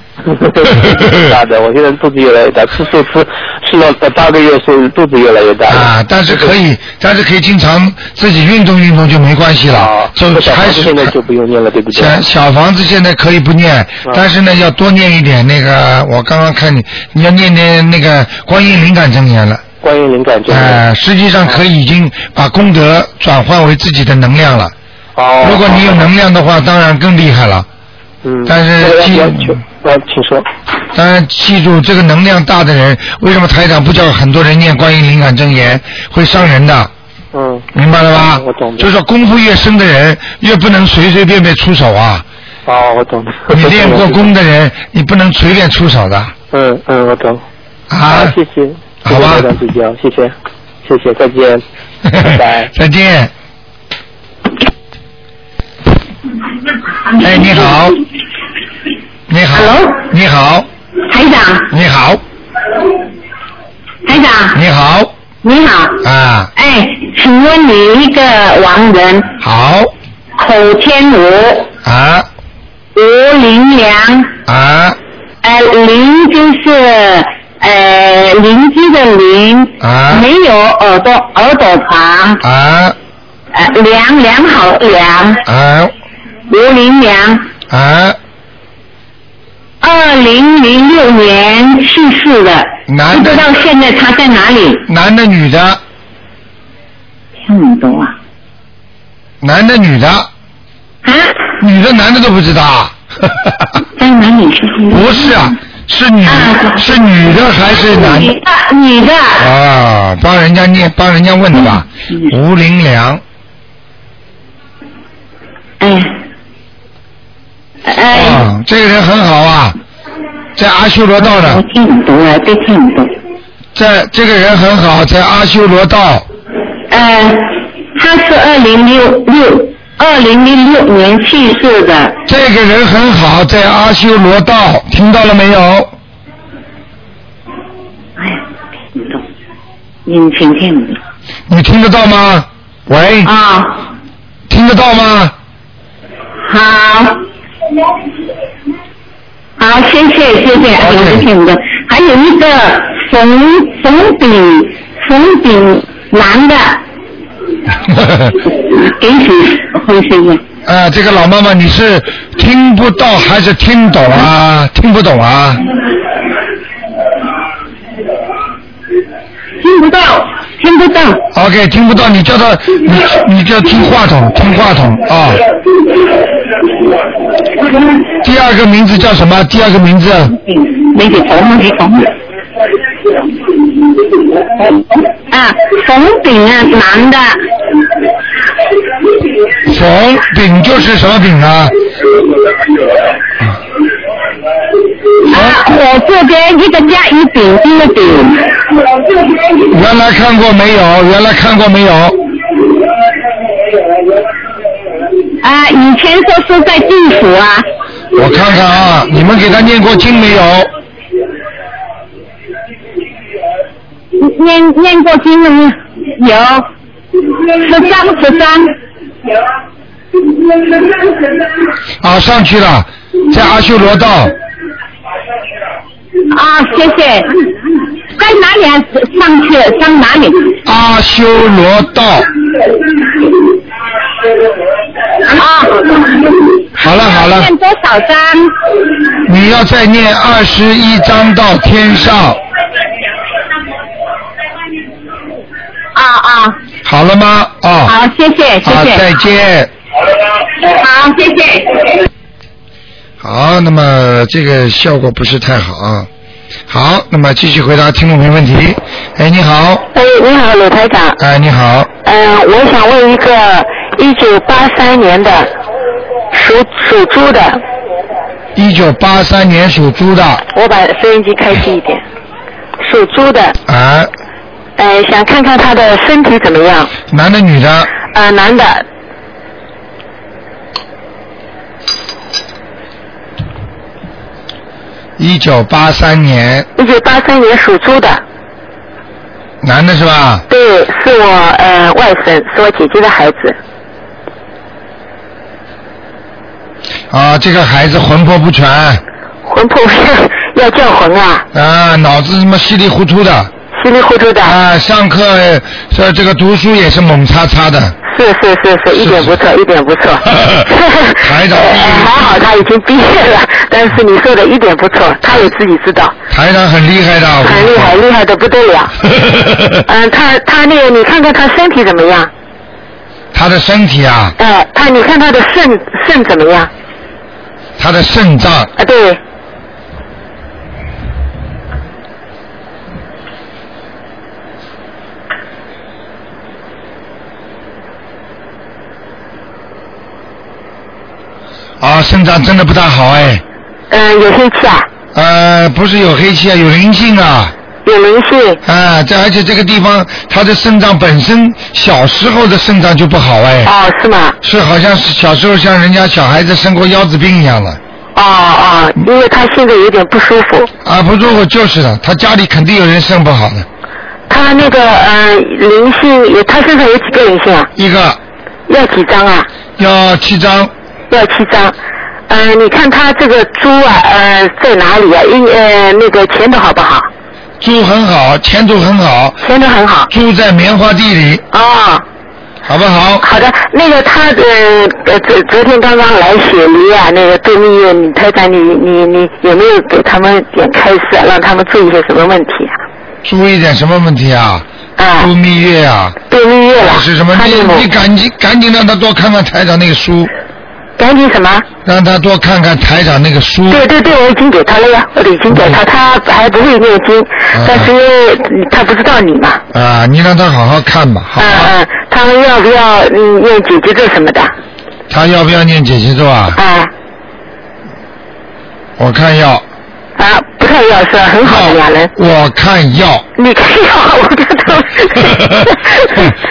[SPEAKER 6] 大的，我现在肚子越来越大，吃素吃吃了八个月是肚子越来越大了。
[SPEAKER 1] 啊，但是可以，但是可以经常自己运动运动就没关系了
[SPEAKER 6] 啊，，
[SPEAKER 1] 就
[SPEAKER 6] 那小
[SPEAKER 1] 开
[SPEAKER 6] 房
[SPEAKER 1] 始
[SPEAKER 6] 子现在就不用念了，对不啊对？
[SPEAKER 1] 小小房子现在可以不念，但是呢要多念一点那个，我刚刚看你，你要念念那个观音灵感真言了。
[SPEAKER 6] 关于灵感就是
[SPEAKER 1] 哎、实际上可以已经把功德转换为自己的能量了。
[SPEAKER 6] 哦，
[SPEAKER 1] 如果你有能量的话，当然更厉害了。
[SPEAKER 6] 嗯，
[SPEAKER 1] 但是
[SPEAKER 6] 那个
[SPEAKER 1] 记
[SPEAKER 6] 要求，啊，请说。
[SPEAKER 1] 当然，记住这个能量大的人，为什么台长不叫很多人念观音灵感真言，会伤人的，
[SPEAKER 6] 嗯，
[SPEAKER 1] 明白了吧？
[SPEAKER 6] 我懂的
[SPEAKER 1] 就是说功夫越深的人，越不能随随便便出手啊。
[SPEAKER 6] 哦， 我懂。
[SPEAKER 1] 你练过功的人，你不能随便出手的
[SPEAKER 6] 嗯嗯，我懂。
[SPEAKER 1] 啊。
[SPEAKER 6] 谢谢，谢
[SPEAKER 1] 好
[SPEAKER 6] 谢
[SPEAKER 1] 吧
[SPEAKER 6] 台长指教，谢谢，谢谢，再见。 拜拜
[SPEAKER 1] 再见。哎，你好。你好。
[SPEAKER 2] Hello
[SPEAKER 1] 你好，
[SPEAKER 2] 台长，
[SPEAKER 1] 你好，
[SPEAKER 2] 台长，
[SPEAKER 1] 你好，
[SPEAKER 2] 你好，
[SPEAKER 1] 啊，
[SPEAKER 2] 哎，请问你一个亡人
[SPEAKER 1] 好，
[SPEAKER 2] 口天吴，
[SPEAKER 1] 啊，
[SPEAKER 2] 吴林良，
[SPEAKER 1] 啊，
[SPEAKER 2] 呃，林就是呃邻居的邻，
[SPEAKER 1] 啊，
[SPEAKER 2] 没有耳朵耳朵旁，
[SPEAKER 1] 啊，
[SPEAKER 2] 呃，良良好的良，
[SPEAKER 1] 啊，
[SPEAKER 2] 吴林良，
[SPEAKER 1] 啊，
[SPEAKER 2] 二零零六年去世的，
[SPEAKER 1] 男
[SPEAKER 2] 不知
[SPEAKER 1] 的，
[SPEAKER 2] 道现在他在哪里？
[SPEAKER 1] 男的，女的，
[SPEAKER 2] 这么多啊？
[SPEAKER 1] 男的，女的，
[SPEAKER 2] 啊，
[SPEAKER 1] 女的，男的都不知道啊。
[SPEAKER 2] 在哪里去世？
[SPEAKER 1] 不是啊，
[SPEAKER 2] 嗯
[SPEAKER 1] 是女，是女的还是男的
[SPEAKER 2] 女？的，女的，
[SPEAKER 1] 啊，帮人家念，帮人家问的吧。
[SPEAKER 2] 嗯
[SPEAKER 1] 吴林良，
[SPEAKER 2] 哎，哎，
[SPEAKER 1] 啊，这个人很好啊，在阿修罗道
[SPEAKER 2] 我
[SPEAKER 1] 呢，
[SPEAKER 2] 听不懂啊，对，听不懂。
[SPEAKER 1] 在这个人很好，在阿修罗道，
[SPEAKER 2] 呃，他是二零六六二零零六年去世的，
[SPEAKER 1] 这个人很好，在阿修罗道，听到了没有？
[SPEAKER 2] 哎，听不懂，你听听不懂
[SPEAKER 1] 你听得到吗？喂，
[SPEAKER 2] 啊？
[SPEAKER 1] 听得到 吗？
[SPEAKER 2] 好，好，谢谢谢谢，哎我是听的。还有一个冯冯炳冯炳男的，给你会声音。
[SPEAKER 1] 啊，这个老妈妈，你是听不到还是听懂啊？听不懂啊？
[SPEAKER 2] 听不到，听不到。
[SPEAKER 1] OK，听不到，你叫他，你你叫听话筒，听话筒啊、第二个名字叫什么？第二个名字
[SPEAKER 2] 没得头，没得头。啊，冯炳啊，男的，
[SPEAKER 1] 冯丙就是什么丙啊？
[SPEAKER 2] 啊，我这边一个甲乙丙，一个丙，
[SPEAKER 1] 原来看过没有？原来看过没有？
[SPEAKER 2] 啊，以前说是在地府啊，
[SPEAKER 1] 我看看啊，你们给他念过经没有？
[SPEAKER 2] 念念过经了吗？有，十张十张，
[SPEAKER 1] 啊，上去了，在阿修罗道，
[SPEAKER 2] 啊，谢谢。在哪里啊？上去了上哪里？
[SPEAKER 1] 阿修罗道。
[SPEAKER 2] 啊，
[SPEAKER 1] 好了好了，
[SPEAKER 2] 念多少张？
[SPEAKER 1] 你要再念二十一章到天上，
[SPEAKER 2] 啊啊，
[SPEAKER 1] 好了吗？啊、
[SPEAKER 2] 好，谢谢谢
[SPEAKER 1] 好，再
[SPEAKER 2] 谢，
[SPEAKER 1] 见。
[SPEAKER 2] 好，谢谢。
[SPEAKER 1] 好，那么这个效果不是太好啊。好，那么继续回答听众朋友问题。哎，你好，
[SPEAKER 7] 哎，你好，鲁台长。
[SPEAKER 1] 哎，你好，
[SPEAKER 7] 嗯、我想问一个一九八三年的属属猪的，
[SPEAKER 1] 一九八三年属猪的，
[SPEAKER 7] 我把收音机开低一点。属猪的，
[SPEAKER 1] 哎，
[SPEAKER 7] 呃，想看看他的身体怎么样。
[SPEAKER 1] 男的女的，
[SPEAKER 7] 呃，男的，
[SPEAKER 1] 一九八三年，
[SPEAKER 7] 一九八三年属猪的，
[SPEAKER 1] 男的是吧？
[SPEAKER 7] 对，是我呃外甥，是我姐姐的孩子。
[SPEAKER 1] 啊，这个孩子魂魄不全，
[SPEAKER 2] 魂 魄要叫魂啊，
[SPEAKER 1] 啊，脑子什么稀里糊涂的，
[SPEAKER 2] 稀里糊涂的。
[SPEAKER 1] 啊，上课呃这这个读书也是猛叉叉的，
[SPEAKER 2] 是是是是，一点不错，一点不错。
[SPEAKER 1] 台 长
[SPEAKER 2] 哎还好他已经毕业了，但是你说的一点不错，他也自己知道，
[SPEAKER 1] 台长很厉害的，我跟
[SPEAKER 2] 很
[SPEAKER 1] 你
[SPEAKER 2] 厉害，厉害的不得了。
[SPEAKER 1] 说
[SPEAKER 2] 嗯，他他那个，你看看他身体怎么样？
[SPEAKER 1] 他的身体啊，
[SPEAKER 2] 哎，他你看他的肾肾怎么样？
[SPEAKER 1] 他的肾脏，
[SPEAKER 2] 啊，对，
[SPEAKER 1] 啊，肾脏真的不大好哎，
[SPEAKER 2] 嗯，有黑气啊，
[SPEAKER 1] 呃，不是有黑气啊，有灵性啊，
[SPEAKER 2] 有灵性，
[SPEAKER 1] 啊，这而且这个地方他的肾脏本身小时候的肾脏就不好哎，
[SPEAKER 2] 哦，是吗？
[SPEAKER 1] 是好像是小时候像人家小孩子生过腰子病一样的，
[SPEAKER 2] 哦哦，因为他现在有点不舒服，
[SPEAKER 1] 啊，不舒服就是的，他家里肯定有人肾不好的，
[SPEAKER 2] 他那个呃灵性有，他身上有几个灵性啊？
[SPEAKER 1] 一个
[SPEAKER 2] 要几张啊？
[SPEAKER 1] 要七张，
[SPEAKER 2] 要七张。呃，你看他这个猪啊，呃，在哪里啊？一呃，那个前途好不好？
[SPEAKER 1] 猪很好，前途很好，
[SPEAKER 2] 前途很好。
[SPEAKER 1] 猪在棉花地里，
[SPEAKER 2] 哦，
[SPEAKER 1] 好不好？
[SPEAKER 2] 好的，那个他呃呃，昨昨天刚刚来雪梨啊，那个对面女太太，你你你有没有给他们点开示、啊，让他们注意些什么问题
[SPEAKER 1] 注意点什么问题啊？
[SPEAKER 2] 啊？啊、
[SPEAKER 1] 猪蜜月啊，
[SPEAKER 2] 对蜜月了，
[SPEAKER 1] 是什么？
[SPEAKER 2] 他
[SPEAKER 1] 你
[SPEAKER 2] 那
[SPEAKER 1] 你
[SPEAKER 2] 个
[SPEAKER 1] 赶紧赶紧让他多看看台长那个书，
[SPEAKER 2] 赶紧什么？
[SPEAKER 1] 让他多看看台长那个书。
[SPEAKER 2] 对对对，我已经给他了呀，我已经给他，
[SPEAKER 1] 嗯
[SPEAKER 2] 他还不会念经，但是因为他不知道你嘛，
[SPEAKER 1] 啊，你让他好好看吧，好
[SPEAKER 2] 嗯
[SPEAKER 1] 吧？
[SPEAKER 2] 嗯，他们要不要嗯念姐姐咒什么的？
[SPEAKER 1] 他要不要念姐姐咒啊？
[SPEAKER 2] 啊
[SPEAKER 1] 我看要，
[SPEAKER 2] 啊，不太要是吧很好的两人，
[SPEAKER 1] 我看 要。
[SPEAKER 2] 你看要我跟他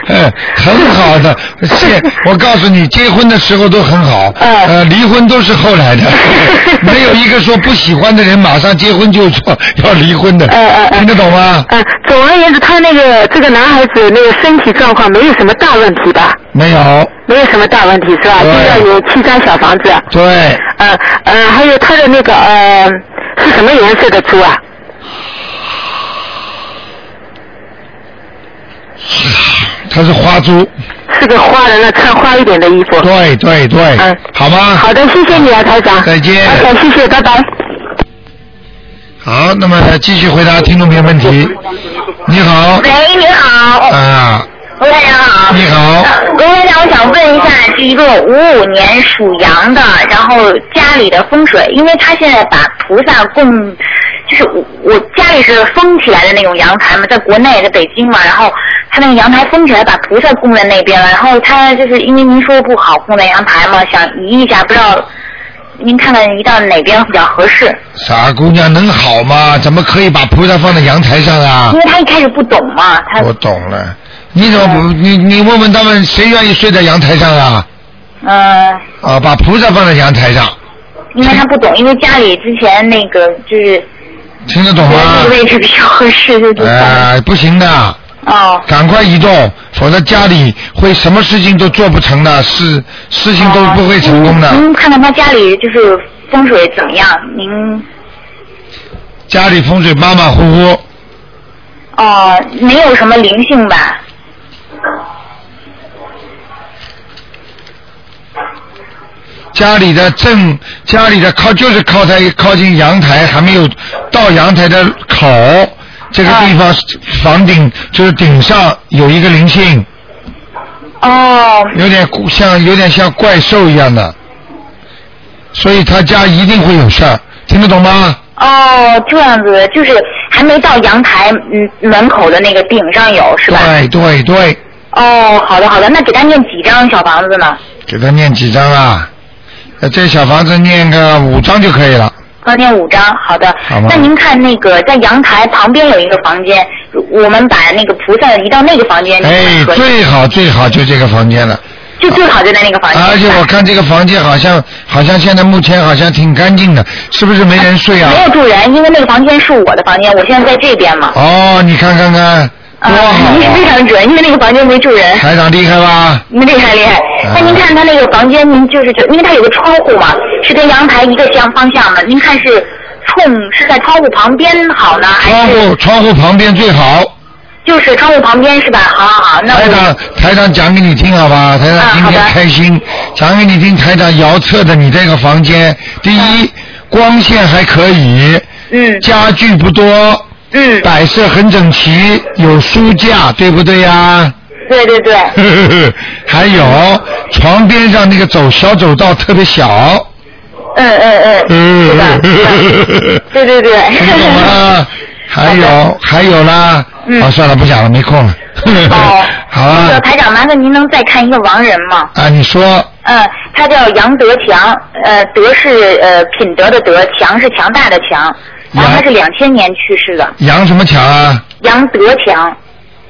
[SPEAKER 1] 嗯， 很 好的，现我告诉你，结婚的时候都很好，
[SPEAKER 2] 嗯
[SPEAKER 1] 呃，离婚都是后 来的，没有一个说不喜欢的人马上结婚就说 要离婚的，
[SPEAKER 2] 嗯嗯嗯
[SPEAKER 1] 听得懂吗？
[SPEAKER 2] 嗯，总而言之，他那个这个男孩子那个身体状况没有什么大问题吧？
[SPEAKER 1] 没有，
[SPEAKER 2] 没有什么大问题是吧？就
[SPEAKER 1] 对
[SPEAKER 2] 要有七张小房子，
[SPEAKER 1] 对，
[SPEAKER 2] 呃呃，还有他的那个呃是什么颜色的猪啊？
[SPEAKER 1] 他是花猪，
[SPEAKER 2] 是个花人了，穿花一点的衣服。
[SPEAKER 1] 对对对
[SPEAKER 2] 嗯，
[SPEAKER 1] 好吗？
[SPEAKER 2] 好的，谢谢你啊，台长。
[SPEAKER 1] 再见
[SPEAKER 2] 好，谢谢，拜拜。
[SPEAKER 1] 好，那么继续回答听众朋友问题。你好，
[SPEAKER 2] 哎
[SPEAKER 3] 喂，你好，
[SPEAKER 1] 啊，
[SPEAKER 3] 吴台长好。
[SPEAKER 1] 你好
[SPEAKER 2] 哎
[SPEAKER 3] 呃吴台长，我想问一下，是一个五五年属羊的，然后家里的风水，因为他现在把菩萨供，就是我我家里是封起来的那种阳台嘛，在国内在北京嘛，然后他那个阳台封起来，把菩萨供在那边了，然后他就是因为您说不好供在阳台嘛，想移一下，不知道您看看移到哪边比较合适？
[SPEAKER 1] 傻姑娘能好吗？怎么可以把菩萨放在阳台上啊
[SPEAKER 3] 因？为他一开始不懂嘛，他
[SPEAKER 1] 我懂了，你怎么不你你问问他们谁愿意睡在阳台上啊？
[SPEAKER 3] 呃。
[SPEAKER 1] 啊，把菩萨放在阳台上，
[SPEAKER 3] 因为他不懂，因为家里之前那个就是
[SPEAKER 1] 听得懂
[SPEAKER 3] 觉得
[SPEAKER 1] 吗
[SPEAKER 3] 那个？位置比较合适，就就算了。
[SPEAKER 1] 哎，不行的，
[SPEAKER 3] 哦，
[SPEAKER 1] 赶快移动，否则家里会什么事情都做不成的，事事情都不会成功的。
[SPEAKER 3] 您嗯看看他家里就是风水怎么样？您
[SPEAKER 1] 家里风水马马虎虎，
[SPEAKER 3] 哦，没有什么灵性吧？
[SPEAKER 1] 家里的正家里的靠就是靠在靠近阳台，还没有到阳台的口这个地
[SPEAKER 3] 啊
[SPEAKER 1] 方，房顶就是顶上有一个灵性，
[SPEAKER 3] 哦，
[SPEAKER 1] 有点古像有点像怪兽一样的，所以他家一定会有事儿，听得懂吗？
[SPEAKER 3] 哦，这样子就是还没到阳台嗯门口的那个顶上有是吧？
[SPEAKER 1] 对对对，
[SPEAKER 3] 哦，好的好的，那给他念几张小房子呢？
[SPEAKER 1] 给他念几张啊？呃这小房子念个五张就可以了。
[SPEAKER 3] 刚念五张，好的
[SPEAKER 1] 好吗。
[SPEAKER 3] 那您看那个在阳台旁边有一个房间，如我们把那个菩萨移到那个房间，
[SPEAKER 1] 哎
[SPEAKER 3] 您，看可以
[SPEAKER 1] 最好最好就这个房间了。
[SPEAKER 3] 就最好就在那个房间。
[SPEAKER 1] 啊而且我看这个房间好像好像现在目前好像挺干净的，是不是没人睡啊
[SPEAKER 3] 没？有住人，因为那个房间是我的房间，我现在在这边嘛。
[SPEAKER 1] 哦，你看看看，
[SPEAKER 3] 呃
[SPEAKER 1] 多好哦
[SPEAKER 3] 您非
[SPEAKER 1] 啊！
[SPEAKER 3] 常准，因为那个房间没住人。
[SPEAKER 1] 台长厉害吧？
[SPEAKER 3] 您厉害厉害
[SPEAKER 1] 啊，
[SPEAKER 3] 那您看他那个房间，您就是觉得因为他有个窗户嘛，是跟阳台一个相方向的，您看是冲是在窗户旁边好呢，还
[SPEAKER 1] 窗
[SPEAKER 3] 是
[SPEAKER 1] 户窗户旁边最好。
[SPEAKER 3] 就是窗户旁边是吧？好好好，那
[SPEAKER 1] 台
[SPEAKER 3] 我
[SPEAKER 1] 长，台长讲给你听好吧？台长
[SPEAKER 3] 啊
[SPEAKER 1] 今天
[SPEAKER 3] 好的
[SPEAKER 1] 开心，讲给你听。台长遥测的你这个房间，第
[SPEAKER 3] 啊
[SPEAKER 1] 一光线还可以，
[SPEAKER 3] 嗯
[SPEAKER 1] 家具不多，
[SPEAKER 3] 嗯，
[SPEAKER 1] 摆设很整齐，有书架，对不对呀、
[SPEAKER 3] 对对对，
[SPEAKER 1] 呵呵呵， 还有床边上那个走小走道特别小，
[SPEAKER 3] 嗯嗯嗯，
[SPEAKER 1] 嗯
[SPEAKER 3] 是的，是的对对对，
[SPEAKER 1] 听懂 吗？还有还有啦，
[SPEAKER 3] 嗯
[SPEAKER 1] 啊算了不讲了，没空了。
[SPEAKER 3] 哦
[SPEAKER 1] 好
[SPEAKER 3] 那个
[SPEAKER 1] 啊，
[SPEAKER 3] 台长，麻烦您能再看一个亡人吗？
[SPEAKER 1] 啊你说
[SPEAKER 3] 嗯，他叫杨德强，呃，德是呃品德的德，强是强大的强，然后他是两千年去世的，
[SPEAKER 1] 杨什么强啊？
[SPEAKER 3] 杨德强，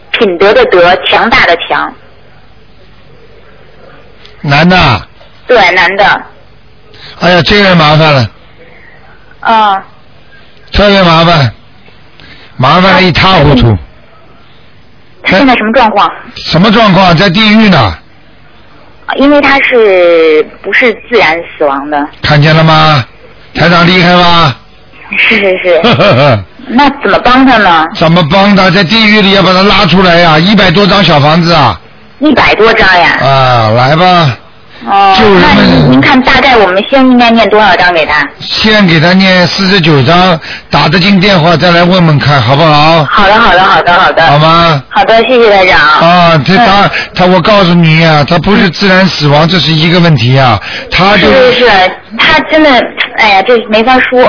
[SPEAKER 3] 品德的德，强大的强，
[SPEAKER 1] 男的啊，
[SPEAKER 3] 对，男的，
[SPEAKER 1] 哎呀这个人麻烦了，
[SPEAKER 3] 嗯，
[SPEAKER 1] 特别麻烦，麻烦的一塌糊涂。
[SPEAKER 3] 哎他现在什么状况？
[SPEAKER 1] 什么状况？在地狱呢？
[SPEAKER 3] 因为他是不是自然死亡的？
[SPEAKER 1] 看见了吗？台长厉害 吧？
[SPEAKER 3] 是是是，
[SPEAKER 1] 呵呵呵。
[SPEAKER 3] 那怎么帮他呢？
[SPEAKER 1] 怎么帮他？在地狱里要把他拉出来呀、一百多张小房子啊！
[SPEAKER 3] 一百多张呀，
[SPEAKER 1] 啊，来吧，
[SPEAKER 3] 哦
[SPEAKER 1] 救人，
[SPEAKER 3] 那
[SPEAKER 1] 们
[SPEAKER 3] 您您看大概我们先应该念多少张给他？
[SPEAKER 1] 先给他念四十九张，打得进电话再来问问看，好不好？
[SPEAKER 3] 好的好的好的好的，
[SPEAKER 1] 好吗？
[SPEAKER 3] 好的，谢谢台长。
[SPEAKER 1] 啊，这
[SPEAKER 3] 嗯
[SPEAKER 1] 他他，我告诉你啊，他不是自然死亡，这是一个问题啊，他就是
[SPEAKER 3] 是是，他真的，哎呀，这没法 说，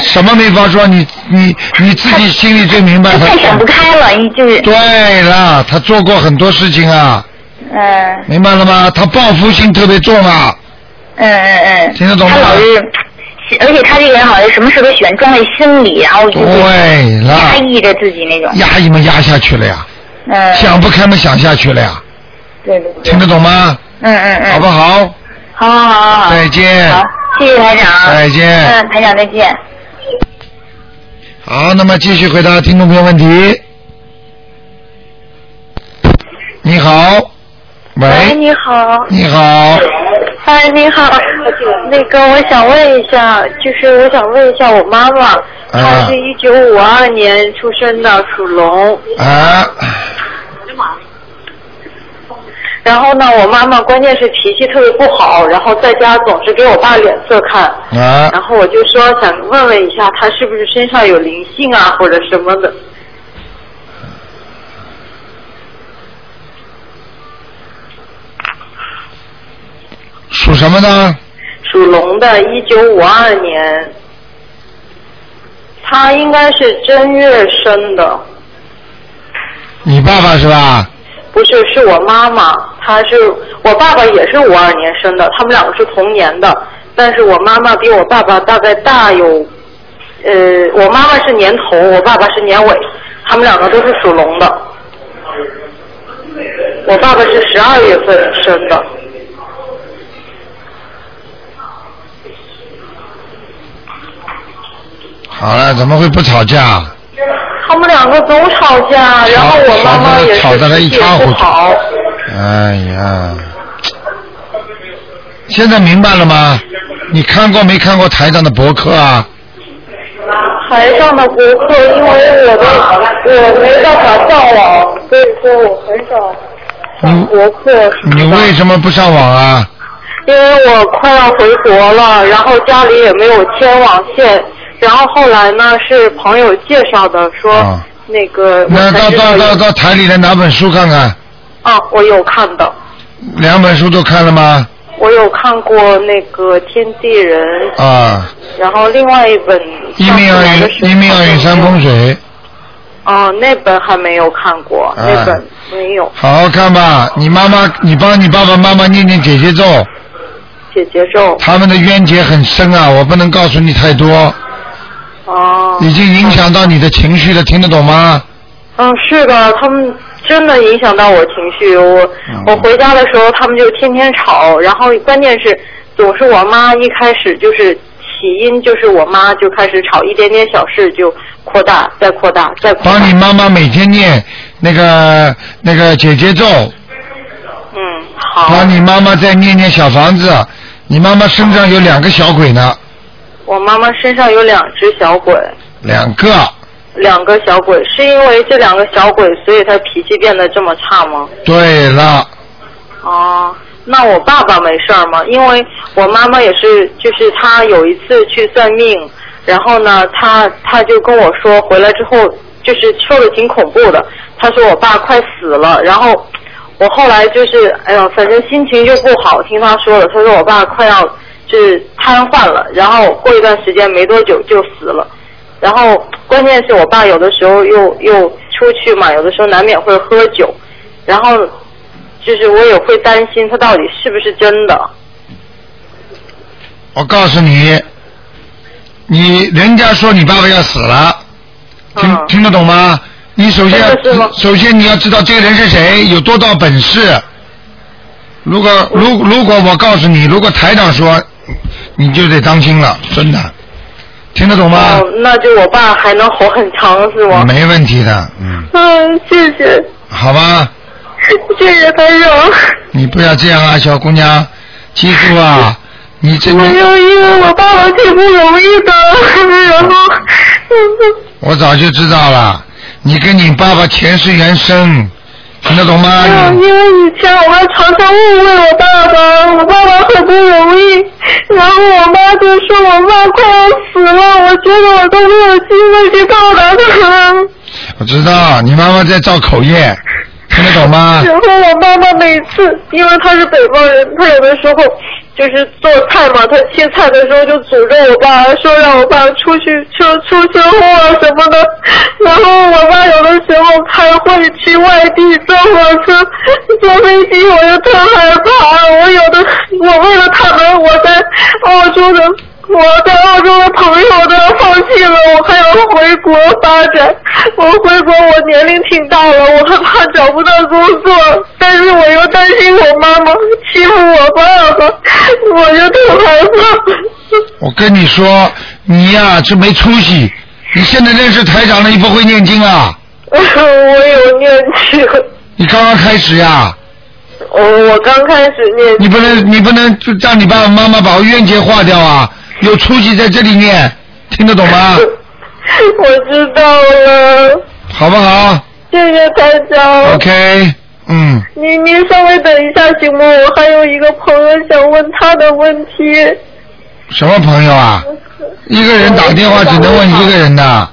[SPEAKER 1] 什么没法说，你你你自己心里最明白。
[SPEAKER 3] 他太想不开了，一就是，
[SPEAKER 1] 对了，他做过很多事情啊，
[SPEAKER 3] 嗯
[SPEAKER 1] 明白了吗？他报复心特别重啊，
[SPEAKER 3] 嗯嗯嗯，
[SPEAKER 1] 听得懂吗
[SPEAKER 3] 他老是，而且他这个人好像什么事都喜欢装在心里，然后就是
[SPEAKER 1] 对了。
[SPEAKER 3] 压抑着自己那种，
[SPEAKER 1] 压抑嘛压下去了呀，
[SPEAKER 3] 嗯，
[SPEAKER 1] 想不开嘛想下去了呀，
[SPEAKER 3] 对对对，
[SPEAKER 1] 听得懂吗？
[SPEAKER 3] 嗯嗯嗯，
[SPEAKER 1] 好不，好？
[SPEAKER 3] 好好好好，
[SPEAKER 1] 再见，
[SPEAKER 3] 好，谢谢台长，
[SPEAKER 1] 再见。
[SPEAKER 3] 嗯，台长再见。
[SPEAKER 1] 好，那么继续回答听众朋友问题。你好，喂，
[SPEAKER 2] 你好，
[SPEAKER 1] 你好，
[SPEAKER 2] 哎，你好，那个我想问一下，就是我想问一下我妈妈，她是一九五二年出生的，属龙。
[SPEAKER 1] 啊，
[SPEAKER 2] 然后呢，我妈妈关键是脾气特别不好，然后在家总是给我爸脸色看。
[SPEAKER 1] 啊
[SPEAKER 2] 然，后我就说想问问一下，她是不是身上有灵性啊，或者什么的？
[SPEAKER 1] 属什么呢？
[SPEAKER 2] 属龙的，一九五二年，她应该是正月生的。
[SPEAKER 1] 你爸爸是吧？
[SPEAKER 2] 不是，是我妈妈，她是我爸爸也是五二年生的，他们两个是同年的，但是我妈妈比我爸爸大概大有，呃，我妈妈是年头，我爸爸是年尾，他们两个都是属龙的。我爸爸是十二月份生的，
[SPEAKER 1] 好了，怎么会不吵架？
[SPEAKER 2] 他们两个总吵架，然后我妈妈也是
[SPEAKER 1] 吵吵得他一
[SPEAKER 2] 脾气
[SPEAKER 1] 塌糊
[SPEAKER 2] 也
[SPEAKER 1] 涂
[SPEAKER 2] 不好。
[SPEAKER 1] 哎呀，现在明白了吗？你看过没看过台长的博客啊？
[SPEAKER 2] 台上的博客，因为我的我没办法上网，所以说我很少上博客。
[SPEAKER 1] 你为什么不上网啊？
[SPEAKER 2] 因为我快要回国了，然后家里也没有牵网线，然后后来呢是朋友介绍的，说、
[SPEAKER 1] 啊
[SPEAKER 2] 那个我
[SPEAKER 1] 那
[SPEAKER 2] 才
[SPEAKER 1] 到
[SPEAKER 2] 知
[SPEAKER 1] 到
[SPEAKER 2] 道
[SPEAKER 1] 到
[SPEAKER 2] 有
[SPEAKER 1] 到台里来拿本书看看，
[SPEAKER 2] 啊，我有看的，
[SPEAKER 1] 两本书都看了吗？
[SPEAKER 2] 我有看过那个《天地人》，
[SPEAKER 1] 啊，
[SPEAKER 2] 然后另外一本
[SPEAKER 1] 一命二运，一命二运三风
[SPEAKER 2] 水。
[SPEAKER 1] 水，
[SPEAKER 2] 哦、那本还没有看过，
[SPEAKER 1] 啊
[SPEAKER 2] 那本没有
[SPEAKER 1] 好好看吧。你妈妈，你帮你爸爸妈妈念念姐姐咒，
[SPEAKER 2] 解结咒。
[SPEAKER 1] 他们的冤结很深啊，我不能告诉你太多，
[SPEAKER 2] 哦、
[SPEAKER 1] 已经影响到你的情绪了，听得懂吗？
[SPEAKER 2] 嗯，是的，他们真的影响到我情绪。我
[SPEAKER 1] 嗯
[SPEAKER 2] 我回家的时候，他们就天天吵，然后关键是总是我妈一开始就是起因就是我妈就开始吵，一点点小事就扩大，再扩大，再扩大。
[SPEAKER 1] 帮你妈妈每天念那个那个姐姐咒，
[SPEAKER 2] 嗯，好。
[SPEAKER 1] 帮你妈妈再念念小房子。你妈妈身上有两个小鬼呢，
[SPEAKER 3] 我妈妈身上有两只小鬼，
[SPEAKER 1] 两个，
[SPEAKER 3] 两个小鬼，是因为这两个小鬼，所以她脾气变得这么差吗？
[SPEAKER 1] 对了，
[SPEAKER 3] 哦，那我爸爸没事儿吗？因为我妈妈也是，就是她有一次去算命，然后呢，她她就跟我说，回来之后就是说的挺恐怖的，她说我爸快死了，然后我后来就是，哎呀，反正心情就不好，听她说的，她说我爸快要就是瘫痪了，然后过一段时间没多久就死了。然后关键是我爸有的时候又又出去嘛，有的时候难免会喝酒，然后就是我也会担心他到底是不是真的。
[SPEAKER 1] 我告诉你，你人家说你爸爸要死了，听、
[SPEAKER 3] 嗯
[SPEAKER 1] 听得懂吗？你首先
[SPEAKER 3] 真的是吗
[SPEAKER 1] 首先你要知道这个人是谁，有多大本事。如果如如果我告诉你，如果台长说，你就得当心了，真的，听得懂吗？
[SPEAKER 3] 哦，那就我爸还能活很长是吗？
[SPEAKER 1] 没问题的，嗯，
[SPEAKER 2] 嗯，谢谢，
[SPEAKER 1] 好吧，
[SPEAKER 2] 谢谢台长。
[SPEAKER 1] 你不要这样啊，小姑娘，记住 啊，你这
[SPEAKER 2] 没
[SPEAKER 1] 个
[SPEAKER 2] 有，因为我爸爸挺不容易的， 然后，
[SPEAKER 1] 我早就知道了，你跟你爸爸前世缘深，听得懂吗？
[SPEAKER 2] 哎呀，因为以前我妈常常误会我爸爸，我爸爸很不容易，然后我妈就说我爸快要死了，我觉得我都没有精力去报答他了。
[SPEAKER 1] 我知道你妈妈在造口业，听得懂吗？
[SPEAKER 2] 然后我妈妈每次，因为她是北方人，她有的时候就是做菜嘛，她切菜的时候就诅咒我爸，说让我爸出去出出车祸啊什么的。然后我爸有的时候还会去外地坐火车、坐飞机，我就特害怕。哎我有的，我为了他们，我在澳洲的。我在澳洲的朋友都要放弃了，我还要回国发展。我回国，我年龄挺大了，我害怕找不到工作，但是我又担心我妈妈欺负我爸爸，我就特害怕。
[SPEAKER 1] 我跟你说，你呀、是没出息。你现在认识台长了，你不会念经啊？
[SPEAKER 2] 我有念经，
[SPEAKER 1] 你刚刚开始呀、
[SPEAKER 2] 我我刚开始念
[SPEAKER 1] 你
[SPEAKER 2] 经，
[SPEAKER 1] 不能你不能就让你爸爸妈妈把冤结化掉啊！有出息在这里念，听得懂吗？
[SPEAKER 2] 我知道了，
[SPEAKER 1] 好不好
[SPEAKER 2] 谢谢台长。
[SPEAKER 1] ？OK，嗯，
[SPEAKER 2] 您您稍微等一下行吗？我还有一个朋友想问他的问题。
[SPEAKER 1] 什么朋友啊？一个人打电话只能问一个人的，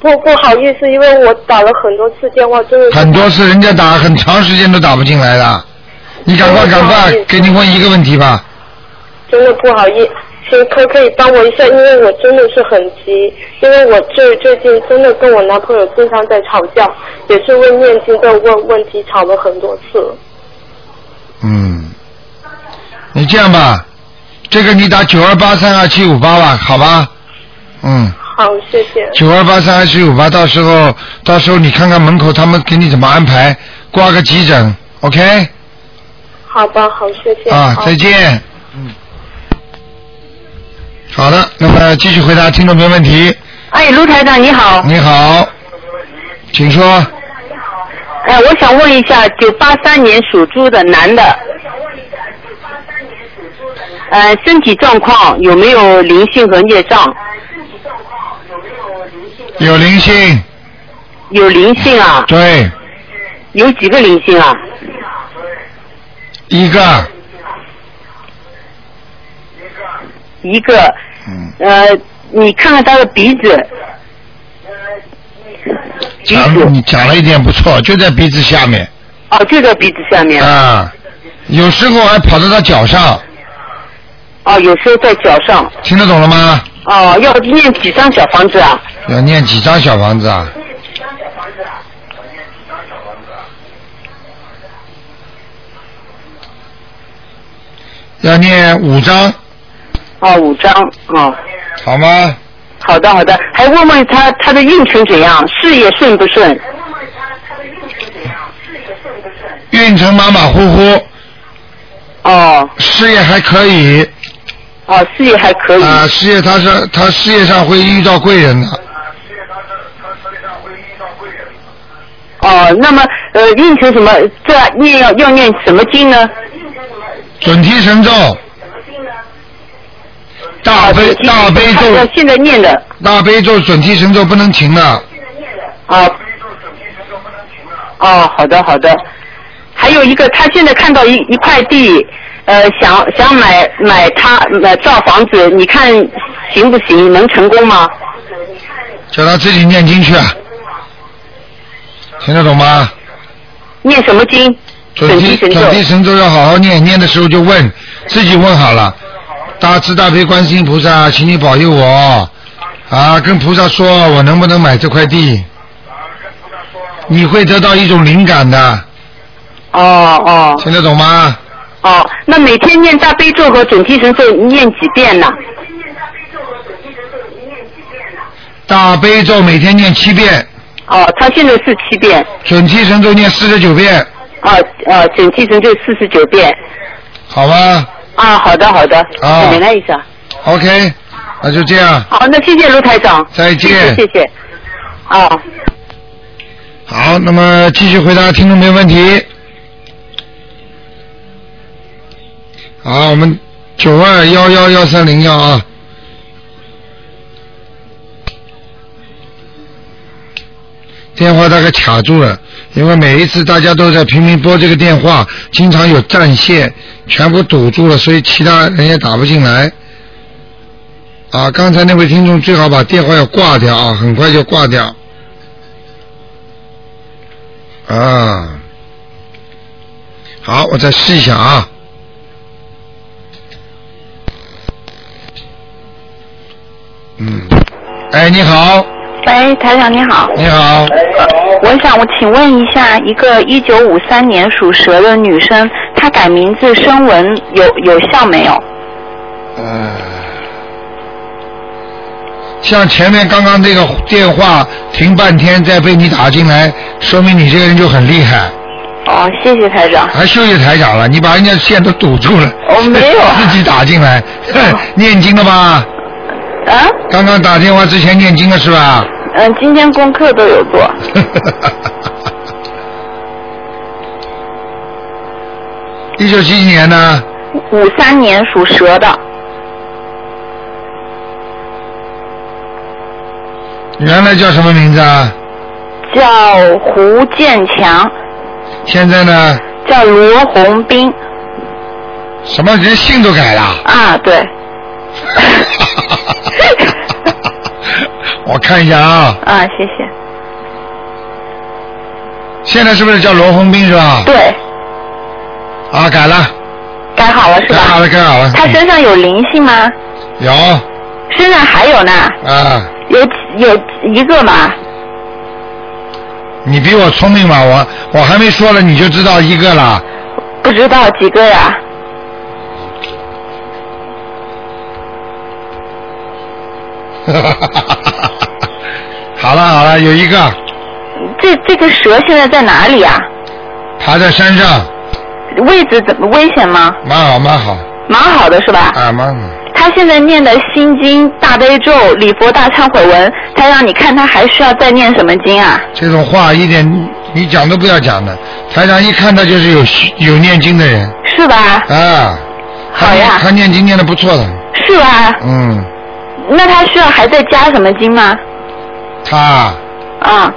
[SPEAKER 2] 不不好意思，因为我打了很多次电话，真的是
[SPEAKER 1] 很多次人家打很长时间都打不进来的。你赶快赶快，给你问一个问题吧。
[SPEAKER 2] 真的不好意思，请可可以帮我一下，因为我真的是很急，因为我最最近真的跟我男朋友经常在吵架，也是为念经的问问题吵了很多次了。
[SPEAKER 1] 嗯，你这样吧，这个你打九二八三二七五八吧，好吧？嗯，
[SPEAKER 2] 好，谢谢。
[SPEAKER 1] 九二八三二七五八，到时候到时候你看看门口他们给你怎么安排，挂个急诊，OK？
[SPEAKER 2] 好吧，好，谢谢。
[SPEAKER 1] 啊，
[SPEAKER 2] 好
[SPEAKER 1] 再见。嗯，好的，那么继续回答听众朋友问题。
[SPEAKER 5] 哎，卢台长你好，
[SPEAKER 1] 你好，请说。
[SPEAKER 5] 哎，我想问一下，九八三年属猪的男的，呃，身体状况有没有灵性和孽障？
[SPEAKER 1] 有灵性，
[SPEAKER 5] 有灵性啊，
[SPEAKER 1] 对，
[SPEAKER 5] 有几个灵性啊？
[SPEAKER 1] 一个，
[SPEAKER 5] 一个，
[SPEAKER 1] 嗯，
[SPEAKER 5] 呃，你看看他的鼻子，鼻
[SPEAKER 1] 讲
[SPEAKER 5] 子
[SPEAKER 1] 你讲了一点不错，就在鼻子下面。
[SPEAKER 5] 哦，就在鼻子下面，
[SPEAKER 1] 啊，有时候还跑到他脚上，
[SPEAKER 5] 哦，有时候在脚上，
[SPEAKER 1] 听得懂了吗？
[SPEAKER 5] 哦，要念几张小房子啊？
[SPEAKER 1] 要念几张小房子啊？要念五张，
[SPEAKER 5] 哦，五张，哦，
[SPEAKER 1] 好吗？
[SPEAKER 5] 好的好的，还问问他他的运程怎样，事业顺不顺？
[SPEAKER 1] 运程马马虎虎，
[SPEAKER 5] 哦
[SPEAKER 1] 事业还可以
[SPEAKER 5] 哦，事业还可以。
[SPEAKER 1] 啊、
[SPEAKER 2] 嗯
[SPEAKER 1] 事业他是他事业上会遇到贵人的，
[SPEAKER 5] 哦，那么呃，运程什么？这念要要念什么经呢？
[SPEAKER 1] 准提神咒，大悲
[SPEAKER 5] 啊
[SPEAKER 1] 大悲咒
[SPEAKER 2] 嗯
[SPEAKER 5] 他现在念的
[SPEAKER 1] 大悲咒准提神咒不能停的，
[SPEAKER 5] 啊。哦，好的好的。还有一个，他现在看到一一块地，呃，想想买买他买造房子，你看行不行？能成功吗？
[SPEAKER 1] 叫他自己念经去啊，听得懂吗？
[SPEAKER 5] 念什么经？
[SPEAKER 1] 准提
[SPEAKER 5] 准提神咒
[SPEAKER 1] 准提神咒要好好念，念的时候就问自己问好了，大慈大悲观世音菩萨，请你保佑我啊，跟菩萨说我能不能买这块地，你会得到一种灵感的，
[SPEAKER 5] 哦哦
[SPEAKER 1] 听得懂吗？
[SPEAKER 5] 哦，那每天念大悲咒和准提神咒念几遍呢？
[SPEAKER 1] 大悲咒每天念七遍，
[SPEAKER 5] 哦，他现在是七遍，
[SPEAKER 1] 准提神咒念四十九遍，
[SPEAKER 5] 哦哦，准提神咒四十九遍。
[SPEAKER 1] 好吧
[SPEAKER 5] 啊，好的好的，
[SPEAKER 1] 啊
[SPEAKER 5] 明白一下。
[SPEAKER 1] ？OK，那就这样，
[SPEAKER 5] 好，那谢谢卢台长，
[SPEAKER 1] 再见。
[SPEAKER 5] 谢谢谢谢。哦。
[SPEAKER 1] 好，那么继续回答听众朋友问题。好，我们九二幺幺幺三零幺啊。电话大概卡住了，因为每一次大家都在拼命拨这个电话，经常有占线，全部堵住了，所以其他人也打不进来。啊，刚才那位听众最好把电话要挂掉啊，很快就挂掉。啊，好，我再试一下啊。嗯，哎，你好，
[SPEAKER 2] 喂，台长你好，
[SPEAKER 1] 你好，
[SPEAKER 2] 我想我请问一下，一个一九五三年属蛇的女生，她改名字声纹有有效没有？
[SPEAKER 1] 呃，像前面刚刚那个电话停半天，再被你打进来，说明你这个人就很厉害，
[SPEAKER 2] 哦，谢谢台长。
[SPEAKER 1] 还谢谢台长了，你把人家线都堵住了，
[SPEAKER 2] 哦没有啊
[SPEAKER 1] 自己打进来，念经了吧？
[SPEAKER 2] 啊，
[SPEAKER 1] 刚刚打电话之前念经了是吧？
[SPEAKER 2] 嗯，今天功课都有做。
[SPEAKER 1] 一九七几年呢？
[SPEAKER 2] 五三年属蛇的，
[SPEAKER 1] 原来叫什么名字啊？
[SPEAKER 2] 叫胡建强，
[SPEAKER 1] 现在呢？
[SPEAKER 2] 叫罗红兵
[SPEAKER 1] 什么人姓都改了？
[SPEAKER 2] 啊，对，
[SPEAKER 1] 我看一下啊，
[SPEAKER 2] 啊，谢谢，
[SPEAKER 1] 现在是不是叫罗红兵是吧？
[SPEAKER 2] 对，
[SPEAKER 1] 啊，改了，
[SPEAKER 2] 改好了是
[SPEAKER 1] 改好
[SPEAKER 2] 吧？
[SPEAKER 1] 了，改好了。嗯
[SPEAKER 2] 他身上有灵性吗？
[SPEAKER 1] 有
[SPEAKER 2] 身上还有呢，
[SPEAKER 1] 啊，
[SPEAKER 2] 有有一个嘛，
[SPEAKER 1] 你比我聪明嘛，我我还没说了你就知道一个了。
[SPEAKER 2] 不知道几个呀？
[SPEAKER 1] 好了好了，有一个
[SPEAKER 2] 这这个蛇现在在哪里啊？
[SPEAKER 1] 爬在山上，
[SPEAKER 2] 位置怎么危险吗？
[SPEAKER 1] 蛮好蛮好
[SPEAKER 2] 蛮好的是吧？
[SPEAKER 1] 啊蛮好。
[SPEAKER 2] 他现在念的心经、大悲咒、礼佛大忏悔文，他让你看他还需要再念什么经啊？
[SPEAKER 1] 这种话一点你讲都不要讲的，台长一看他就是有学有念经的人
[SPEAKER 2] 是吧？
[SPEAKER 1] 啊。他
[SPEAKER 2] 好呀
[SPEAKER 1] 他念经念的不错的，
[SPEAKER 2] 是吧？
[SPEAKER 1] 嗯，
[SPEAKER 2] 那他需要还再加什么经吗？
[SPEAKER 1] 他啊
[SPEAKER 2] 啊、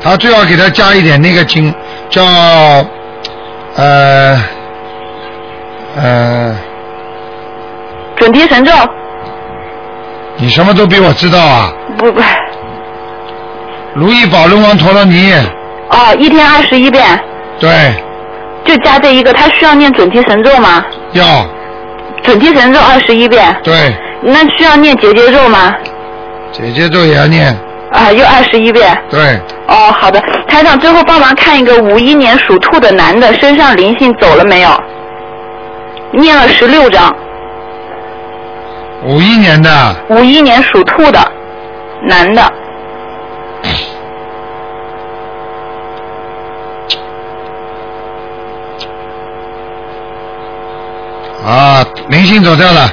[SPEAKER 1] 他最好给他加一点那个经，叫呃呃，
[SPEAKER 2] 准提神咒
[SPEAKER 1] 你什么都比我知道啊，
[SPEAKER 2] 不不，
[SPEAKER 1] 如意宝轮王陀罗尼，
[SPEAKER 2] 哦，一天二十一遍，
[SPEAKER 1] 对，
[SPEAKER 2] 就加这一个。他需要念准提神咒吗？
[SPEAKER 1] 要
[SPEAKER 2] 准提神咒二十一遍，
[SPEAKER 1] 对，
[SPEAKER 2] 那需要念结节咒吗？
[SPEAKER 1] 姐姐咒也要念，
[SPEAKER 2] 啊、又二十一遍。
[SPEAKER 1] 对，
[SPEAKER 2] 哦，好的，台长，最后帮忙看一个五一年属兔的男的，身上灵性走了没有？念了十六章，
[SPEAKER 1] 五一年的
[SPEAKER 2] 五一年属兔的男的，
[SPEAKER 1] 啊，灵性走掉了。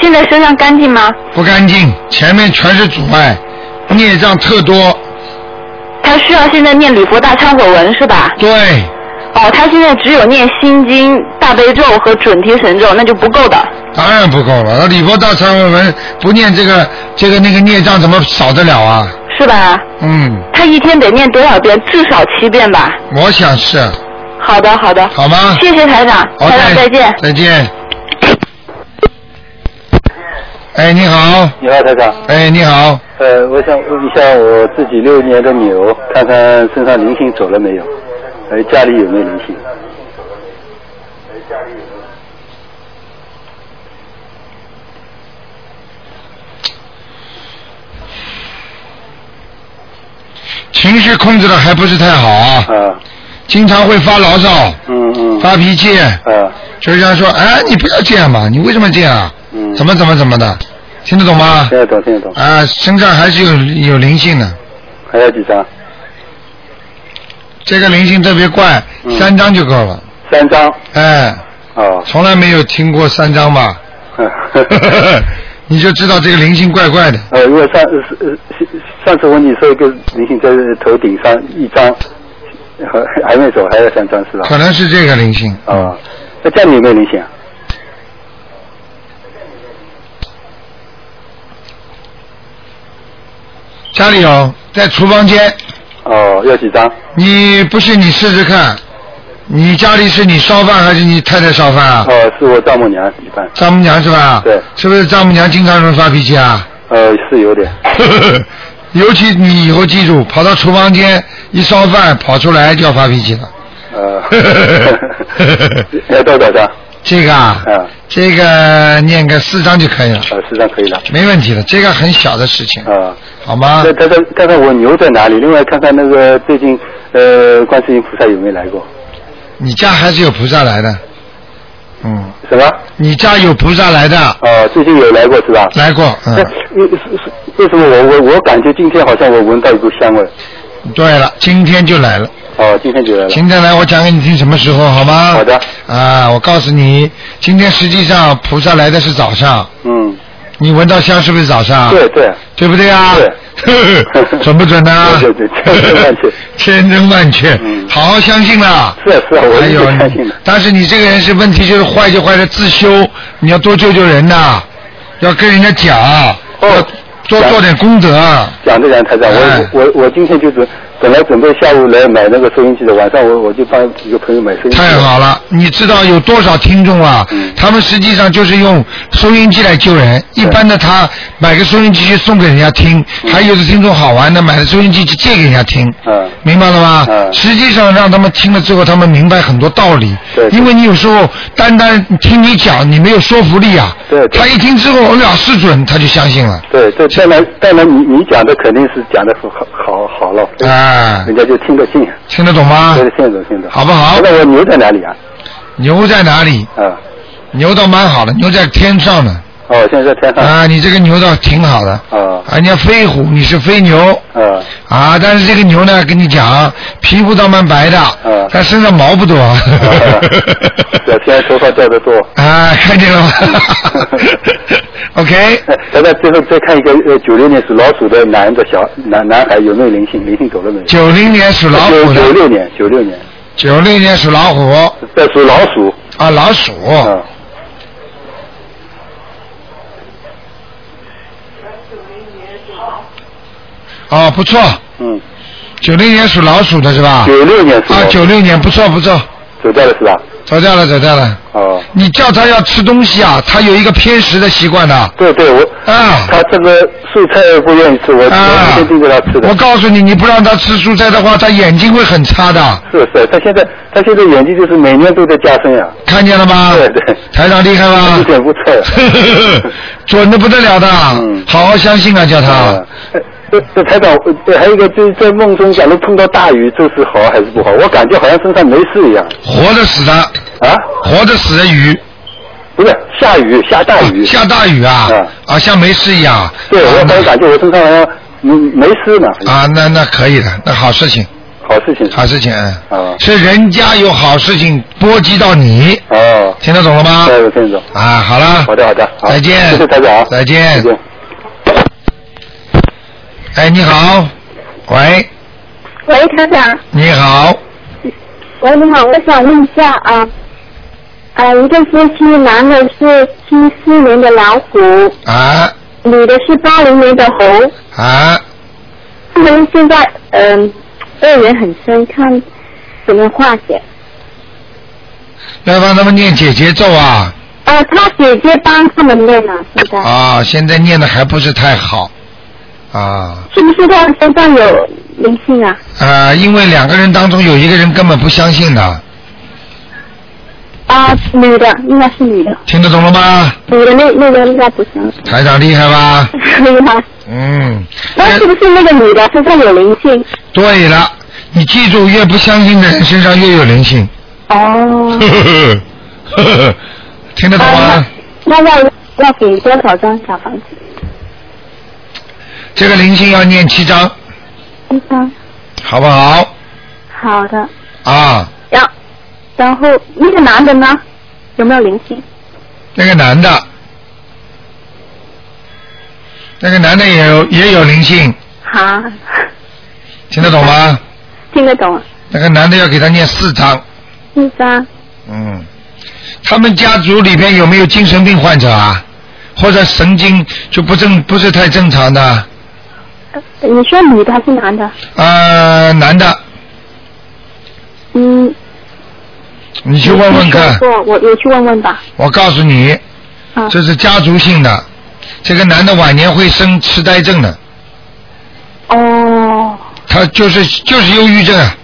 [SPEAKER 2] 现在身上干净吗？
[SPEAKER 1] 不干净，前面全是阻碍，孽障特多。
[SPEAKER 2] 他需要现在念礼佛大忏悔文是吧？
[SPEAKER 1] 对，
[SPEAKER 2] 哦，他现在只有念心经、大悲咒和准提神咒，那就不够的。
[SPEAKER 1] 当然不够了。那礼佛大忏悔文不念这个这个那个孽障，怎么少得了啊？
[SPEAKER 8] 是吧？
[SPEAKER 1] 嗯，
[SPEAKER 8] 他一天得念多少遍？至少七遍吧。
[SPEAKER 1] 我想是，
[SPEAKER 8] 好的，好的。
[SPEAKER 1] 好吗？
[SPEAKER 8] 谢谢台长，
[SPEAKER 1] 好，
[SPEAKER 8] 台长再见。
[SPEAKER 1] 再见。哎，你好，
[SPEAKER 6] 你好，台长。
[SPEAKER 1] 哎，你好，
[SPEAKER 6] 呃，我想问一下我自己六年的牛，看看身上灵性走了没有？呃，家里有没有灵性？
[SPEAKER 1] 情绪控制的还不是太好啊，
[SPEAKER 6] 啊，
[SPEAKER 1] 经常会发牢骚、
[SPEAKER 6] 嗯嗯，
[SPEAKER 1] 发脾气，
[SPEAKER 6] 啊，
[SPEAKER 1] 就是像说，哎，你不要这样嘛，你为什么这样啊？
[SPEAKER 6] 嗯，
[SPEAKER 1] 怎么怎么怎么的，听得懂吗？
[SPEAKER 6] 听得懂，听得懂。
[SPEAKER 1] 啊，身上还是有有灵性的，
[SPEAKER 6] 还有几张？
[SPEAKER 1] 这个灵性特别怪，
[SPEAKER 6] 嗯
[SPEAKER 1] 三张就够了，
[SPEAKER 6] 三张。
[SPEAKER 1] 哎，
[SPEAKER 6] 哦。
[SPEAKER 1] 从来没有听过三张吧？你就知道这个灵性怪怪的，
[SPEAKER 6] 呃，因为上呃上次我跟你说一个灵性在头顶上一张，还还没走，还有三张是吧？
[SPEAKER 1] 可能是这个灵性。
[SPEAKER 6] 啊，那家里有没有灵性啊？
[SPEAKER 1] 家里有，在厨房间，
[SPEAKER 6] 哦，要几张？
[SPEAKER 1] 你不信你试试看，你家里是你烧饭还是你太太烧饭啊？
[SPEAKER 6] 哦，是我丈母娘一般，
[SPEAKER 1] 丈母娘是吧？
[SPEAKER 6] 对
[SPEAKER 1] 是不是丈母娘经常会发脾气啊？
[SPEAKER 6] 呃，是有点。
[SPEAKER 1] 尤其你以后记住，跑到厨房间一烧饭，跑出来就要发脾气了。
[SPEAKER 6] 呃， 要多少张？
[SPEAKER 1] 这个啊，
[SPEAKER 6] 啊，
[SPEAKER 1] 这个念个四张就可以了，
[SPEAKER 6] 呃，十张可以了。
[SPEAKER 1] 没问题的。这个很小的事情，
[SPEAKER 6] 啊，
[SPEAKER 1] 好吗
[SPEAKER 6] 那？看看看看我牛在哪里？另外看看那个最近呃，观世音菩萨有没有来过？
[SPEAKER 1] 你家还是有菩萨来的，嗯，
[SPEAKER 6] 什么？
[SPEAKER 1] 你家有菩萨来的，
[SPEAKER 6] 哦，最近有来过是吧？
[SPEAKER 1] 来过，
[SPEAKER 6] 那
[SPEAKER 1] 嗯。
[SPEAKER 6] 为是是为什么我我我感觉今天好像我闻到一股香味？
[SPEAKER 1] 对了，今天就来了。
[SPEAKER 6] 哦，今天就来了。
[SPEAKER 1] 今天来，我讲给你听什么时候好吗？
[SPEAKER 6] 好的。
[SPEAKER 1] 啊，我告诉你，今天实际上菩萨来的是早上，
[SPEAKER 6] 嗯，
[SPEAKER 1] 你闻到香是不是早上？
[SPEAKER 6] 对，对，
[SPEAKER 1] 对不对啊？
[SPEAKER 6] 对
[SPEAKER 1] 准不准呢、啊
[SPEAKER 6] 对对对千真万确
[SPEAKER 1] 千真万确
[SPEAKER 6] 嗯
[SPEAKER 1] 好好相信啦。
[SPEAKER 6] 是啊是啊，我
[SPEAKER 1] 还
[SPEAKER 6] 一
[SPEAKER 1] 有
[SPEAKER 6] 直相信的。
[SPEAKER 1] 但是你这个人是问题，就是坏就坏在自修，你要多救救人呐、要跟人家讲，要
[SPEAKER 6] 哦，
[SPEAKER 1] 多做点功德。
[SPEAKER 6] 讲着讲台长，
[SPEAKER 1] 哎
[SPEAKER 6] 我我我今天就准本来准备下午来买那个收音机的，晚上我我就帮几个朋友买收音机。
[SPEAKER 1] 太好了，你知道有多少听众啊？
[SPEAKER 6] 嗯
[SPEAKER 1] 他们实际上就是用收音机来救人。一般的他买个收音机去送给人家听，还有的听众好玩的买了收音机去借给人家听。
[SPEAKER 6] 嗯
[SPEAKER 1] 明白了吗？
[SPEAKER 6] 嗯
[SPEAKER 1] 实际上让他们听了之后，他们明白很多道理。
[SPEAKER 6] 对对
[SPEAKER 1] 因为你有时候单单听你讲，你没有说服力啊。
[SPEAKER 6] 对对
[SPEAKER 1] 他一听之后，哎呀，是准，他就相信了。
[SPEAKER 6] 对，这当然当然你你讲的肯定是讲的好好好了，
[SPEAKER 1] 哎
[SPEAKER 6] 人，家就听得进，
[SPEAKER 1] 听得懂吗
[SPEAKER 6] 听？得信得信的。
[SPEAKER 1] 啊好不好？
[SPEAKER 6] 那我牛在哪里啊？
[SPEAKER 1] 牛在哪里？
[SPEAKER 6] 啊，
[SPEAKER 1] 牛倒蛮好的，牛在天上呢。
[SPEAKER 6] 哦，现在在天上。
[SPEAKER 1] 啊，你这个牛倒挺好的。
[SPEAKER 6] 啊
[SPEAKER 1] 啊，人家飞虎，你是飞牛
[SPEAKER 6] 啊
[SPEAKER 1] 啊，但是这个牛呢，跟你讲，皮肤倒蛮白的，
[SPEAKER 6] 嗯
[SPEAKER 1] 但身上毛不多。
[SPEAKER 6] 啊 在天上头发掉得多。
[SPEAKER 1] 啊，看见了吗 ？OK，
[SPEAKER 6] 哎咱们最后再看一个呃九六年属老鼠的男的小男男孩有没有灵性？灵性走了没有？
[SPEAKER 1] 九零年属老虎
[SPEAKER 6] 九
[SPEAKER 1] 的，
[SPEAKER 6] 六年，九六年，
[SPEAKER 1] 九零年属老虎
[SPEAKER 6] 在属老鼠。
[SPEAKER 1] 啊，老鼠，
[SPEAKER 6] 啊，
[SPEAKER 1] 啊，不错，
[SPEAKER 6] 嗯，
[SPEAKER 1] 九零年属老鼠的是吧？
[SPEAKER 6] 九六年属
[SPEAKER 1] 啊
[SPEAKER 6] 老，鼠
[SPEAKER 1] 九六年不错不错，
[SPEAKER 6] 走掉了是吧？
[SPEAKER 1] 走掉了走掉了。
[SPEAKER 6] 哦，
[SPEAKER 1] 你叫他要吃东西啊，他有一个偏食的习惯的
[SPEAKER 6] 对对，我
[SPEAKER 1] 啊。
[SPEAKER 6] 他这个素菜不愿意吃，我我
[SPEAKER 1] 啊
[SPEAKER 6] 天天给他吃的
[SPEAKER 1] 我。告诉你，你不让他吃蔬菜的话，他眼睛会很差的，
[SPEAKER 6] 是是，他现在他现在眼睛就是每年都在加深呀，
[SPEAKER 1] 看见了吗？
[SPEAKER 6] 对对
[SPEAKER 1] 台长厉害吧
[SPEAKER 6] 一？点不啊错。
[SPEAKER 1] 准的不得了的，
[SPEAKER 6] 嗯
[SPEAKER 1] 好好相 信啊，叫他
[SPEAKER 6] 啊。，呃这这台长，呃对，还有一个就是在梦中，假如碰到大雨，这是好还是不好？我感觉好像身上没事一样
[SPEAKER 1] 活的死的，
[SPEAKER 6] 啊，
[SPEAKER 1] 活的死的鱼，
[SPEAKER 6] 不是下雨下大 雨，
[SPEAKER 1] 下大雨啊
[SPEAKER 6] 嗯，
[SPEAKER 1] 啊，像没事一样。
[SPEAKER 6] 哦对我怎么感觉我身上好像没没事呢？
[SPEAKER 1] 啊，那那可以的，那好事情，
[SPEAKER 6] 好事情。
[SPEAKER 1] 好事情，
[SPEAKER 6] 嗯
[SPEAKER 1] 嗯是人家有好事情波及到你，
[SPEAKER 6] 哦，
[SPEAKER 1] 听得懂了吗？
[SPEAKER 6] 对，郑总，
[SPEAKER 1] 啊，好了，
[SPEAKER 6] 好的好的，好
[SPEAKER 1] 再见
[SPEAKER 6] 谢谢台长啊，
[SPEAKER 1] 再见
[SPEAKER 6] 再见。
[SPEAKER 1] 哎，你好，喂，
[SPEAKER 9] 喂，台长，
[SPEAKER 1] 你好，
[SPEAKER 9] 喂，你好，我想问一下啊，啊、呃，一对夫妻，男的是七四年的老虎，
[SPEAKER 1] 啊
[SPEAKER 9] 女的是八零年的猴。
[SPEAKER 1] 啊，
[SPEAKER 9] 他们现在嗯、呃，恶缘很深，看怎么化解。
[SPEAKER 1] 要帮他们念姐姐咒啊
[SPEAKER 9] 呃，他姐姐帮他们念了，现
[SPEAKER 6] 嗯
[SPEAKER 9] 在、
[SPEAKER 1] 啊，现在念的还不是太好啊
[SPEAKER 9] 是不是他们身上有 灵性啊？
[SPEAKER 1] 啊，因为两个人当中有一个人根本不相信的，
[SPEAKER 9] 啊、女的，应该是女的，
[SPEAKER 1] 听得懂了吗？
[SPEAKER 9] 女的那那个应该不行，
[SPEAKER 1] 台长厉害 吧？
[SPEAKER 9] 厉害。
[SPEAKER 1] 嗯，
[SPEAKER 9] 那是不是那个女的身上有灵性？
[SPEAKER 1] 对了，你记住，越不相信的人身上越有灵性。
[SPEAKER 9] 哦，
[SPEAKER 1] 呵呵呵 听得懂吗？
[SPEAKER 9] 啊那要要给多少张小房子？
[SPEAKER 1] 这个灵性要念七章，
[SPEAKER 9] 一张。
[SPEAKER 1] 好不好？
[SPEAKER 9] 好的，
[SPEAKER 1] 啊，
[SPEAKER 9] 然然后那个男的呢，有没有灵性？
[SPEAKER 1] 那个男的，那个男的也有也有灵性，
[SPEAKER 9] 好，
[SPEAKER 1] 听得懂吗？
[SPEAKER 9] 听得懂。啊
[SPEAKER 1] 那个男的要给他念四章，
[SPEAKER 9] 一张，
[SPEAKER 1] 嗯，他们家族里边有没有精神病患者啊？或者神经就不正不是太正常的？
[SPEAKER 9] 你说女的还是男的？
[SPEAKER 1] 呃，男的，
[SPEAKER 9] 嗯，
[SPEAKER 1] 你去问问看
[SPEAKER 9] 没听。说过我我去问问吧。
[SPEAKER 1] 我告诉你，
[SPEAKER 9] 啊，
[SPEAKER 1] 这是家族性的，这个男的晚年会生痴呆症的，
[SPEAKER 9] 哦
[SPEAKER 1] 他就是就是忧郁症，啊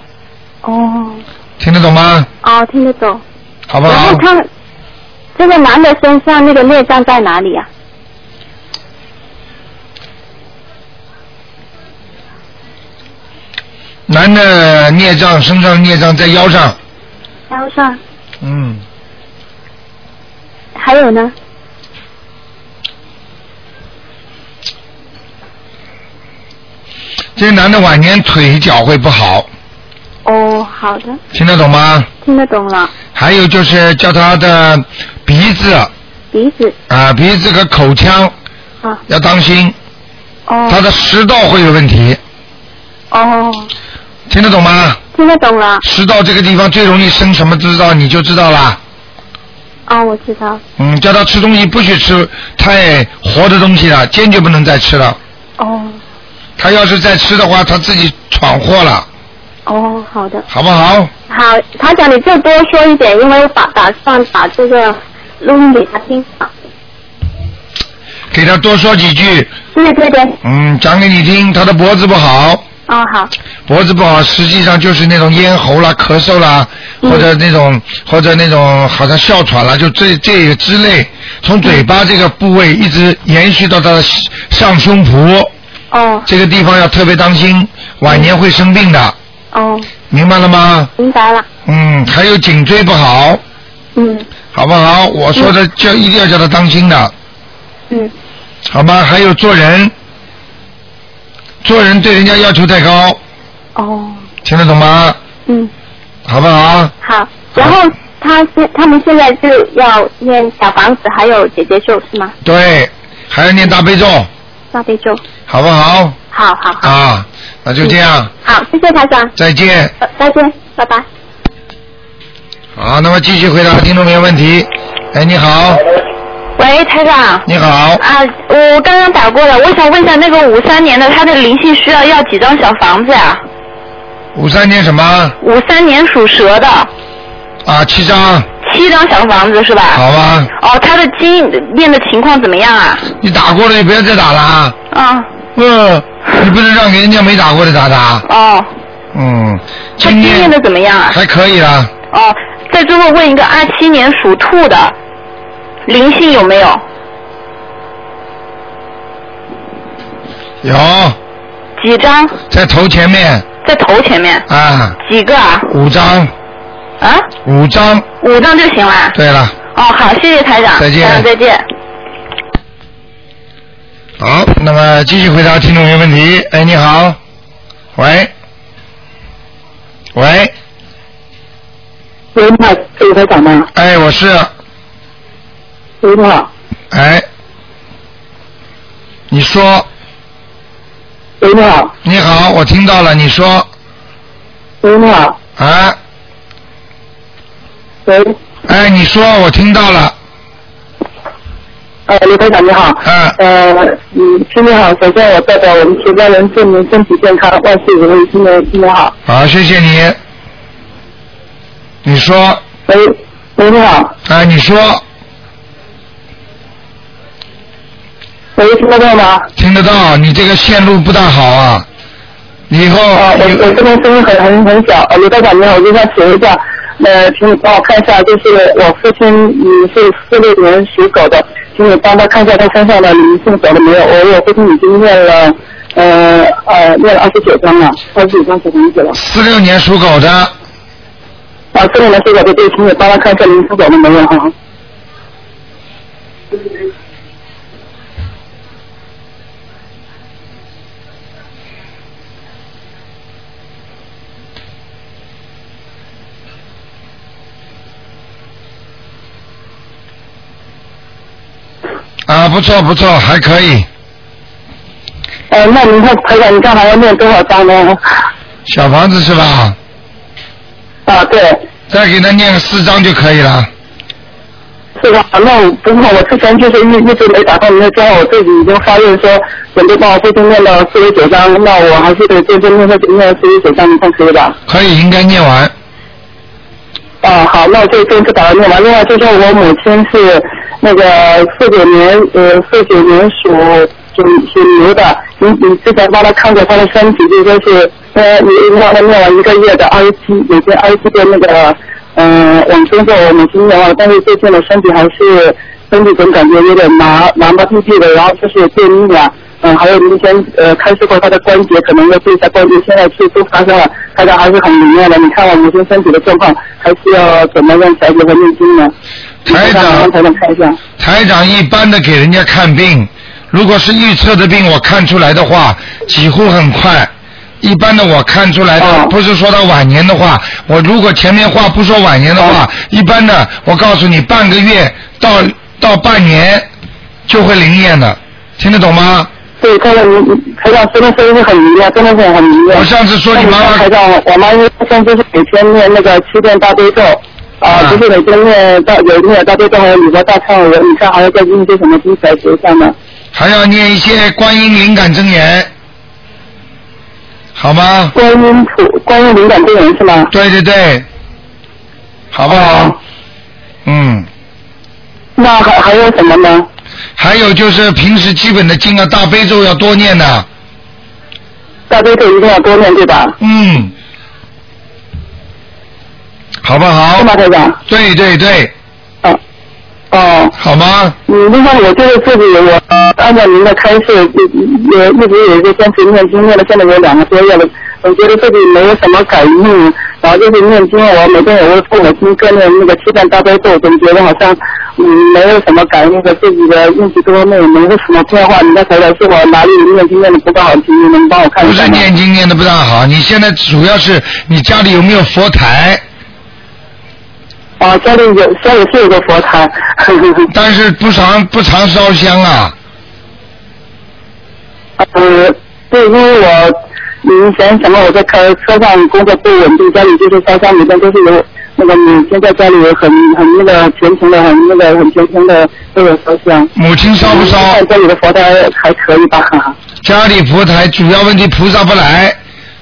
[SPEAKER 9] 哦
[SPEAKER 1] 听得懂吗？
[SPEAKER 9] 哦，听得懂。
[SPEAKER 1] 好不
[SPEAKER 9] 然
[SPEAKER 1] 好
[SPEAKER 9] 后？他这个男的身上那个孽障在哪里啊呀、
[SPEAKER 1] 男的孽障，身上孽障在腰上，
[SPEAKER 9] 腰上。
[SPEAKER 1] 嗯，
[SPEAKER 9] 还有呢？
[SPEAKER 1] 这个男的晚年腿脚会不好，
[SPEAKER 9] 哦，好的，
[SPEAKER 1] 听得懂吗？
[SPEAKER 9] 听得懂了。
[SPEAKER 1] 还有就是叫他的鼻子啊、
[SPEAKER 9] 鼻子
[SPEAKER 1] 鼻子和口腔
[SPEAKER 9] 啊，
[SPEAKER 1] 要当心，
[SPEAKER 9] 哦
[SPEAKER 1] 他的食道会有问题，
[SPEAKER 9] 哦，
[SPEAKER 1] 听得懂吗？
[SPEAKER 9] 听得懂了。
[SPEAKER 1] 食道这个地方最容易生什么知道你就知道啦。
[SPEAKER 9] 哦，我知道。
[SPEAKER 1] 嗯，叫他吃东西不许吃太活的东西了，坚决不能再吃了。
[SPEAKER 9] 哦
[SPEAKER 1] 他要是再吃的话，他自己闯祸了，
[SPEAKER 9] 哦，好的。
[SPEAKER 1] 好不好？
[SPEAKER 9] 好，台长，你再多说一点，因为我打打算把这个录音给他听啊。
[SPEAKER 1] 给他多说几句，
[SPEAKER 9] 对对对，
[SPEAKER 1] 嗯，讲给你听。他的脖子不好，
[SPEAKER 9] 哦好，
[SPEAKER 1] 脖子不好，实际上就是那种咽喉啦、咳嗽啦，
[SPEAKER 9] 嗯
[SPEAKER 1] 或者那种或者那种好像哮喘啦，就这这个之类，从嘴巴这个部位一直延续到他的上胸脯
[SPEAKER 9] 哦
[SPEAKER 1] 这个地方要特别当心，晚年会生病的，
[SPEAKER 9] 哦，
[SPEAKER 1] 明白了吗？
[SPEAKER 9] 明白了，
[SPEAKER 1] 嗯，还有颈椎不好，
[SPEAKER 9] 嗯
[SPEAKER 1] 好不好？我说的叫、一定要叫他当心的，
[SPEAKER 9] 嗯，
[SPEAKER 1] 好吗？还有做人，做人对人家要求太高，
[SPEAKER 9] 哦
[SPEAKER 1] 听得懂吗？
[SPEAKER 9] 嗯
[SPEAKER 1] 好不好？
[SPEAKER 9] 好，然后他现他们现在就要念小房子，还有姐姐咒是吗？
[SPEAKER 1] 对，还要念大悲咒，
[SPEAKER 9] 大悲咒，
[SPEAKER 1] 好不好？
[SPEAKER 9] 好好好，
[SPEAKER 1] 啊，那就这样，
[SPEAKER 9] 好，谢谢台长，
[SPEAKER 1] 再见。
[SPEAKER 9] 呃再见，拜拜。
[SPEAKER 1] 好，那么继续回答听众朋友问题。哎，你好，
[SPEAKER 8] 喂，台长。
[SPEAKER 1] 你好，
[SPEAKER 8] 啊，我刚刚打过了，我想问一下那个五三年的，他的灵性需要要几张小房子呀、
[SPEAKER 1] 五三年什么
[SPEAKER 8] 5五三年属蛇的，
[SPEAKER 1] 啊？七张，
[SPEAKER 8] 七张小房子是吧？
[SPEAKER 1] 好吧？
[SPEAKER 8] 哦，他的经念的情况怎么样啊？
[SPEAKER 1] 你打过了就不要再打了啊！
[SPEAKER 8] 啊，
[SPEAKER 1] 嗯，你不能让给人家没打过的打打。
[SPEAKER 8] 哦，
[SPEAKER 1] 嗯，
[SPEAKER 8] 他经
[SPEAKER 1] 今
[SPEAKER 8] 念
[SPEAKER 1] 天
[SPEAKER 8] 的怎么样啊？
[SPEAKER 1] 还可以啦，
[SPEAKER 8] 哦，在最后问一个二七年属兔的，灵性有没有？
[SPEAKER 1] 有
[SPEAKER 8] 几张？
[SPEAKER 1] 在头前面
[SPEAKER 8] 在头前面，
[SPEAKER 1] 啊，
[SPEAKER 8] 几个啊？
[SPEAKER 1] 五张，
[SPEAKER 8] 啊，
[SPEAKER 1] 五张。
[SPEAKER 8] 五张就行了。
[SPEAKER 1] 对了，
[SPEAKER 8] 哦，好，谢谢台长。
[SPEAKER 1] 再见
[SPEAKER 8] 台长再见。
[SPEAKER 1] 好，那么继续回答听众朋友问题。哎，你好，喂，喂，
[SPEAKER 9] 喂，你好，鲁台长吗？
[SPEAKER 1] 哎，我是，
[SPEAKER 9] 喂，你好，
[SPEAKER 1] 哎，你说，
[SPEAKER 9] 喂，你好，
[SPEAKER 1] 你好，我听到了，你说
[SPEAKER 9] 喂，你好，
[SPEAKER 1] 啊，
[SPEAKER 9] 喂，
[SPEAKER 1] 哎，你说我听到了，
[SPEAKER 2] 呃，刘科长你好。
[SPEAKER 1] 嗯。
[SPEAKER 2] 呃，嗯，师你好，首先我代表我们全家人祝您身体健康，万事如意，新年新年好。
[SPEAKER 1] 好，谢谢你。你说，
[SPEAKER 2] 喂，喂，你好，
[SPEAKER 1] 哎，你说，
[SPEAKER 2] 喂，听得到吗？
[SPEAKER 1] 听得到？啊你这个线路不大好啊，你以后
[SPEAKER 2] 啊，我我这边声音很很很小，呃，刘科长你好，我就想请一下，呃，请你帮我看一下，就是我父亲，嗯，是四六年属狗的，请你帮他看一下他身上的灵性走了没有？我我父亲已经念了，呃呃，念了二十九章了，二十九章小房子了。
[SPEAKER 1] 四六年属狗的，
[SPEAKER 2] 啊，这里呢是我的对，请你帮他看一下灵性走了没有哈？
[SPEAKER 1] 啊，不错不错，还可以。
[SPEAKER 2] 呃，那您看，台长，你看还要念多少章呢？
[SPEAKER 1] 小房子是吧？
[SPEAKER 2] 啊，对，
[SPEAKER 1] 再给他念个四张就可以了。
[SPEAKER 2] 是吧？那我不过我之前就是一一直没打通您的电话，我自己已经发愿说准备帮我父亲念到四十九章，那我还是得认真念念四十九章，你看可以吧？
[SPEAKER 1] 可以，应该念完。
[SPEAKER 2] 啊，好，那我就正式把它念完。另外就是我母亲是那个四九年，呃，四九年属属属牛的。你你之前帮她看过她的身体，就说是呃，你你让她念完一个月的二十七，每天二十七遍那个，嗯、呃，往生咒，我母亲念完了，但是最近的身体还是身体总感觉有点麻麻麻痹痹的，然后就是便秘啊。嗯，还有您以前呃开示过她的关节，可能要注意一下关节，现在是都发生了，大家还是很灵验的。你看我母亲身体的状况，还是要怎么样调节和念经呢？
[SPEAKER 1] 台长
[SPEAKER 2] 让台长看一下。
[SPEAKER 1] 台长一般的给人家看病，如果是预测的病，我看出来的话，几乎很快。一般的我看出来的，
[SPEAKER 2] 哦
[SPEAKER 1] 不是说到晚年的话，我如果前面话不说晚年的话，
[SPEAKER 2] 哦
[SPEAKER 1] 一般的我告诉你，半个月到到半年就会灵验的，听得懂吗？
[SPEAKER 2] 对，看到您您台长真的声音是很灵验，真的是很灵验。
[SPEAKER 1] 我上次说你妈妈
[SPEAKER 2] 那看台长，我妈妈现在就是每天念那个七遍大悲咒。啊，不是每天念大有念大悲咒，还有礼佛大忏悔文，你看还要再念一些什么经才学上呢？
[SPEAKER 1] 还要念一些观音灵感真言，好吗？
[SPEAKER 2] 观音普观音灵感真言是吗？
[SPEAKER 1] 对对对，好不
[SPEAKER 2] 哦
[SPEAKER 1] 好？嗯，
[SPEAKER 2] 那还还有什么呢？
[SPEAKER 1] 还有就是平时基本的经啊，大悲咒要多念的。
[SPEAKER 2] 大悲咒一定要多念，对吧？
[SPEAKER 1] 嗯，好不好
[SPEAKER 2] 是？吗，台长？
[SPEAKER 1] 对对对，
[SPEAKER 2] 哦，
[SPEAKER 1] 好吗？
[SPEAKER 2] 嗯，另外我就是自己，我按照您的开示，也也一直也是坚持念经，念了现在有两个多月了。我觉得自己没有什么感应，然后就是念经，我每天也会诵我经跟着那个七遍大悲咒，总觉得好像嗯没有什么感应和自己的运气多没有没有什么变化。你再回来是我哪里念经念的不够好，请您能帮我看一
[SPEAKER 1] 不
[SPEAKER 2] 下
[SPEAKER 1] 是
[SPEAKER 2] 吗？
[SPEAKER 1] 念经念的不大好，你现在主要是你家里有没有佛 台？
[SPEAKER 2] 啊，家里有家里是有个佛台，
[SPEAKER 1] 但是不常不常烧香啊。
[SPEAKER 2] 呃，对，因为我以前什么我在车车上工作不稳定，家里就是烧香，每天都是有那个母亲在家里很很那个虔诚的，很那个很虔诚的为我烧香。
[SPEAKER 1] 母亲烧 不烧？
[SPEAKER 2] 看家里的佛台还可以吧？
[SPEAKER 1] 家里佛台主要问题菩萨不来，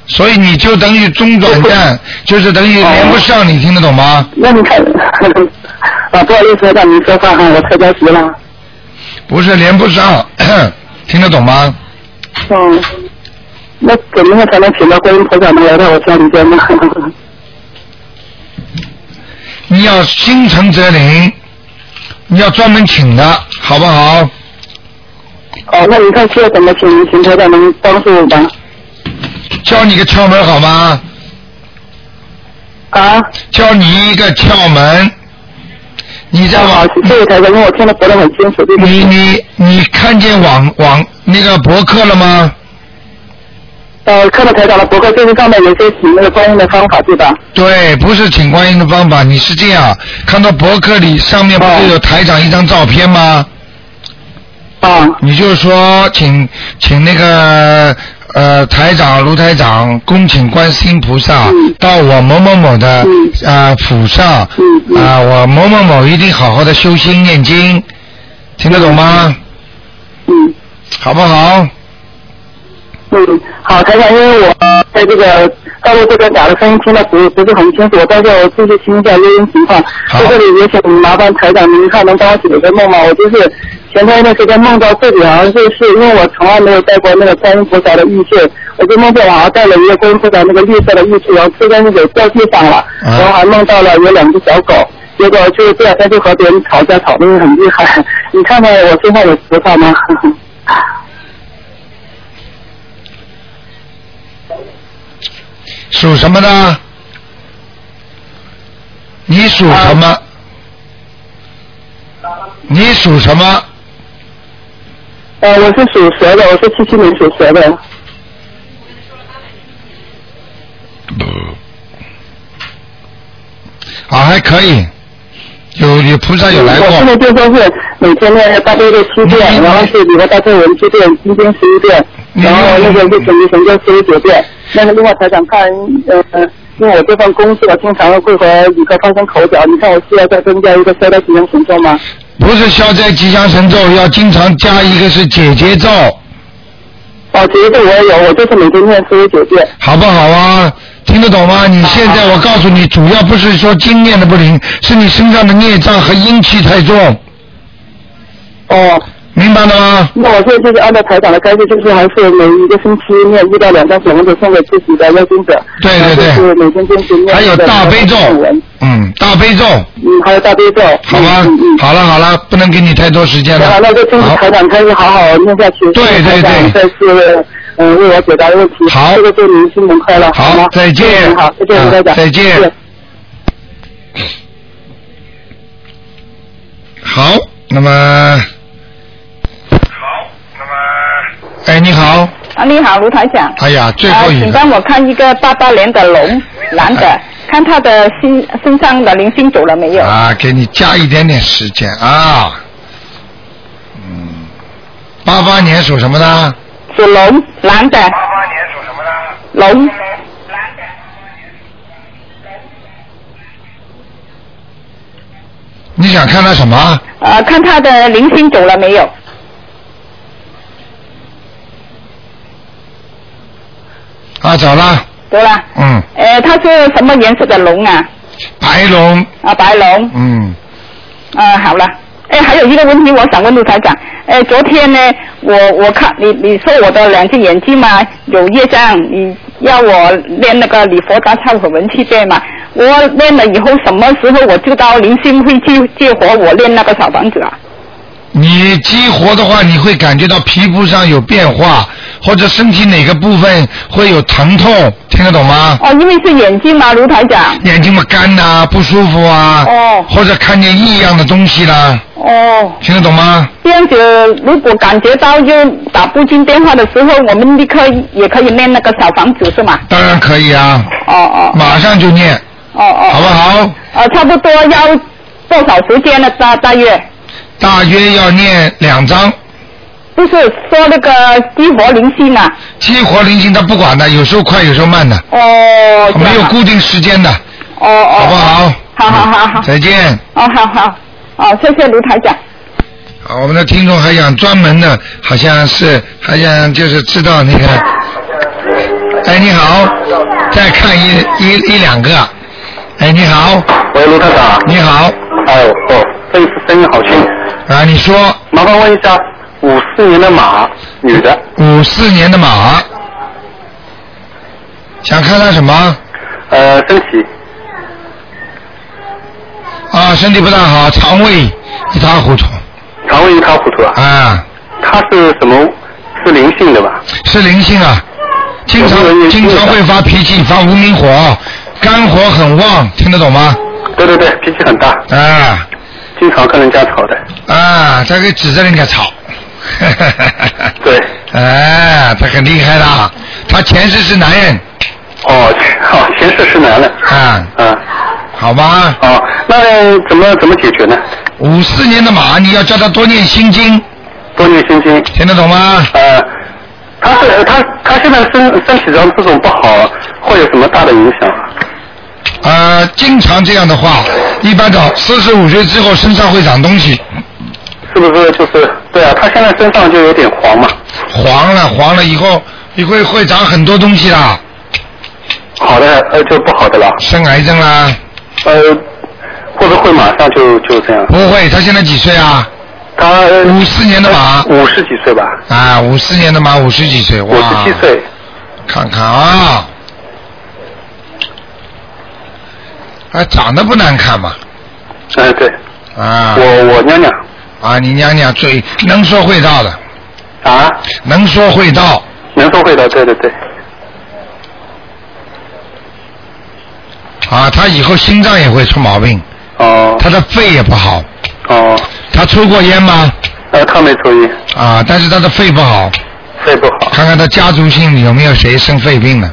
[SPEAKER 1] 所以你就等于中转
[SPEAKER 2] 哦
[SPEAKER 1] 站，就是等于连不上，你听得懂吗？
[SPEAKER 2] 那你看，啊，不好意思，让您说话哈，我太着急了。
[SPEAKER 1] 不是连不上， 听得懂吗？
[SPEAKER 2] 嗯，那怎么样才能请到观音菩萨能来到我家里边呢？
[SPEAKER 1] 你要心诚则灵，你要专门请的，好不好？
[SPEAKER 2] 哦，那你看需要怎么请请菩萨能帮助我吗？
[SPEAKER 1] 教你个窍门好吗？
[SPEAKER 2] 啊？
[SPEAKER 1] 教你一个窍门，你在网
[SPEAKER 2] 啊，谢谢台长，因为我听得不是很清楚，对不起。
[SPEAKER 1] 你你你看见网网那个博客了吗？
[SPEAKER 2] 呃，看到台长的博客，就是上面有些请那个观音的方法，对吧？
[SPEAKER 1] 对，不是请观音的方法，你是这样，看到博客里上面不是有台长一张照片吗？
[SPEAKER 2] 啊，
[SPEAKER 1] 你就说请请那个呃，台长、卢台长，恭请观世音菩萨、到我某某某的啊、府上啊、
[SPEAKER 2] 嗯
[SPEAKER 1] 我某某某一定好好的修心念经，听得懂吗？
[SPEAKER 2] 嗯，
[SPEAKER 1] 好不好？
[SPEAKER 2] 嗯，好，台长，因为我在这个道路这边打的声音听得不不是很清楚，但是我继续听一下录音情况。在这里也请麻烦台长，您看能帮我解个梦吗？我就是前段一段时间梦到自己好像是是因为我从来没有戴过那个观音菩萨的玉坠，我就梦见我好像戴了一个观音菩萨那个绿色的玉坠，然后突然就给掉地上了，然后还梦到了有两只小狗。结果就是这两天就和别人吵架，吵得很厉害。 你看看我身上有菩萨吗？
[SPEAKER 1] 属什么的？你属什么？你属什么？
[SPEAKER 2] 呃，我是属蛇的，我是七七年属蛇的。
[SPEAKER 1] 啊，还可以，有有菩萨有来
[SPEAKER 2] 我
[SPEAKER 1] 过
[SPEAKER 2] 现。在就说是每天念大悲咒七遍，然后是礼佛大忏文七遍，心经十一遍，然后那个六神神咒四十九遍。那个另外台长看，呃，因为我这份工作经常会和旅客发生口角，你看我需要再增加一个消灾吉祥神咒吗？
[SPEAKER 1] 不是消灾吉祥神咒，要经常加一个是解结咒，
[SPEAKER 2] 哦，其实这我也有，我就是每天念四十九遍。
[SPEAKER 1] 好不好啊？听得懂吗？你现在我告诉你，主要不是说经念的不灵，是你身上的孽障和阴气太重。
[SPEAKER 2] 哦。
[SPEAKER 1] 明白了吗？
[SPEAKER 2] 那我现在就是按照台长的开示，就是还是每一个星期念一到两张小房子送给自己的要经者，
[SPEAKER 1] 对对对。
[SPEAKER 2] 就是每天坚持念。
[SPEAKER 1] 还有大悲咒嗯，大悲咒。
[SPEAKER 2] 嗯，还有大悲咒。
[SPEAKER 1] 好吧，好了好了，不能给你太多时间了。
[SPEAKER 2] 嗯好，那就祝台长开始好好念下去。对对对。再次嗯为我解答问题。好。这个祝您新年快乐，好吗？
[SPEAKER 1] 再见
[SPEAKER 2] 嗯好，再见，
[SPEAKER 1] 啊
[SPEAKER 2] 卢台长。
[SPEAKER 1] 再见
[SPEAKER 2] 谢谢
[SPEAKER 1] 好，那么。好，那么。哎，你好，
[SPEAKER 3] 啊，你好，卢台长。
[SPEAKER 1] 哎呀，最后
[SPEAKER 3] 啊，
[SPEAKER 1] 一
[SPEAKER 3] 请
[SPEAKER 1] 个，
[SPEAKER 3] 帮我看一个八八年的龙，男的，看他的心身上的灵性走了没有？
[SPEAKER 1] 啊，给你加一点点时间啊。嗯，八八年属什么的？
[SPEAKER 3] 属龙，男的。八八年属什么的？龙。
[SPEAKER 1] 你想看他什么？
[SPEAKER 3] 呃，看他的灵性走了没有？
[SPEAKER 1] 啊，走了，
[SPEAKER 3] 走了。
[SPEAKER 1] 嗯，
[SPEAKER 3] 呃，他是什么颜色的龙啊？
[SPEAKER 1] 白龙，
[SPEAKER 3] 啊，白龙。
[SPEAKER 1] 嗯，
[SPEAKER 3] 啊，好了。哎，还有一个问题，我想问陆台长。哎，昨天呢，我我看你你说我的两只眼睛嘛有业障，你要我练那个礼佛大忏悔文七遍嘛。我练了以后，什么时候我知道灵性会激激活我练那个小房子啊？
[SPEAKER 1] 你激活的话，你会感觉到皮肤上有变化，或者身体哪个部分会有疼痛，听得懂吗？
[SPEAKER 3] 哦，因为是眼睛嘛，卢台长。
[SPEAKER 1] 眼睛嘛干呐、不舒服啊，或者看见异样的东西啦，
[SPEAKER 3] 哦，
[SPEAKER 1] 听得懂吗？
[SPEAKER 3] 这样子，如果感觉到就打不进电话的时候，我们立刻也可以练那个小房子是吗？
[SPEAKER 1] 当然可以啊，
[SPEAKER 3] 哦哦。
[SPEAKER 1] 马上就念，
[SPEAKER 3] 哦哦，
[SPEAKER 1] 好不好？
[SPEAKER 3] 呃，差不多要多少时间呢？大大约
[SPEAKER 1] 大约要念两张。
[SPEAKER 3] 就是说那个激活灵性啊。
[SPEAKER 1] 激活灵性，它不管的，有时候快，有时候慢的，
[SPEAKER 3] 哦，这样啊
[SPEAKER 1] 没有固定时间的，
[SPEAKER 3] 哦哦，
[SPEAKER 1] 好不好？嗯
[SPEAKER 3] 好好好好，
[SPEAKER 1] 再见。
[SPEAKER 3] 哦好好，哦谢谢卢台长，
[SPEAKER 1] 啊，我们的听众还想专门的，好像是还想就是知道那个。哎，你好，再看一一一两个。哎，你好，
[SPEAKER 6] 喂，卢科长。
[SPEAKER 1] 你好。
[SPEAKER 6] 哎，哦，这一次声音好轻。
[SPEAKER 1] 啊，你说。
[SPEAKER 6] 麻烦问一下，五四年的马，女的，
[SPEAKER 1] 五四年的马，想看看什么？
[SPEAKER 6] 呃，身体
[SPEAKER 1] 啊，身体不大好，肠胃一塌糊涂。
[SPEAKER 6] 肠胃一塌糊涂啊。
[SPEAKER 1] 啊。
[SPEAKER 6] 她是什么？是灵性的吧？
[SPEAKER 1] 是灵性啊，经常经常会发脾气，发无名火，肝火很旺，听得懂吗？
[SPEAKER 6] 对对对，脾气很大。
[SPEAKER 1] 啊。
[SPEAKER 6] 经常跟人家吵的。
[SPEAKER 1] 啊，他可以指着人家吵。
[SPEAKER 6] 对。
[SPEAKER 1] 哎、他很厉害的，他前世是男人。
[SPEAKER 6] 哦，好，前世是男人。
[SPEAKER 1] 啊。
[SPEAKER 6] 嗯。
[SPEAKER 1] 好吧。
[SPEAKER 6] 哦，那怎么怎么解决呢？
[SPEAKER 1] 五四年的马，你要叫他多念心经。
[SPEAKER 6] 多念心经。
[SPEAKER 1] 听得懂吗？
[SPEAKER 6] 呃，他是他他现在身身体上这种不好，会有什么大的影响？
[SPEAKER 1] 呃，经常这样的话，一般到四十五岁之后身上会长东西，
[SPEAKER 6] 是不是就是对啊？他现在身上就有点黄嘛。
[SPEAKER 1] 黄了黄了以后，你会会长很多东西啦，
[SPEAKER 6] 好的，呃，就不好的了。
[SPEAKER 1] 生癌症啦。
[SPEAKER 6] 呃，会不会马上就就这样？
[SPEAKER 1] 不会，他现在几岁啊？
[SPEAKER 6] 他
[SPEAKER 1] 五四年的马。
[SPEAKER 6] 五十几岁吧，
[SPEAKER 1] 啊，五四年的马，五十几岁，
[SPEAKER 6] 五
[SPEAKER 1] 哇，
[SPEAKER 6] 十七岁。
[SPEAKER 1] 看看啊，啊，长得不难看嘛，
[SPEAKER 6] 哎，对，
[SPEAKER 1] 啊，
[SPEAKER 6] 我我娘娘，
[SPEAKER 1] 啊，你娘娘嘴能说会道的，
[SPEAKER 6] 啊，
[SPEAKER 1] 能说会道，
[SPEAKER 6] 能说会道，对对对，
[SPEAKER 1] 啊，他以后心脏也会出毛病，
[SPEAKER 6] 哦，
[SPEAKER 1] 他的肺也不好，
[SPEAKER 6] 哦，
[SPEAKER 1] 他抽过烟吗？
[SPEAKER 6] 呃，他没抽烟，
[SPEAKER 1] 啊，但是他的肺不好，
[SPEAKER 6] 肺不好，
[SPEAKER 1] 看看他家族性有没有谁生肺病的，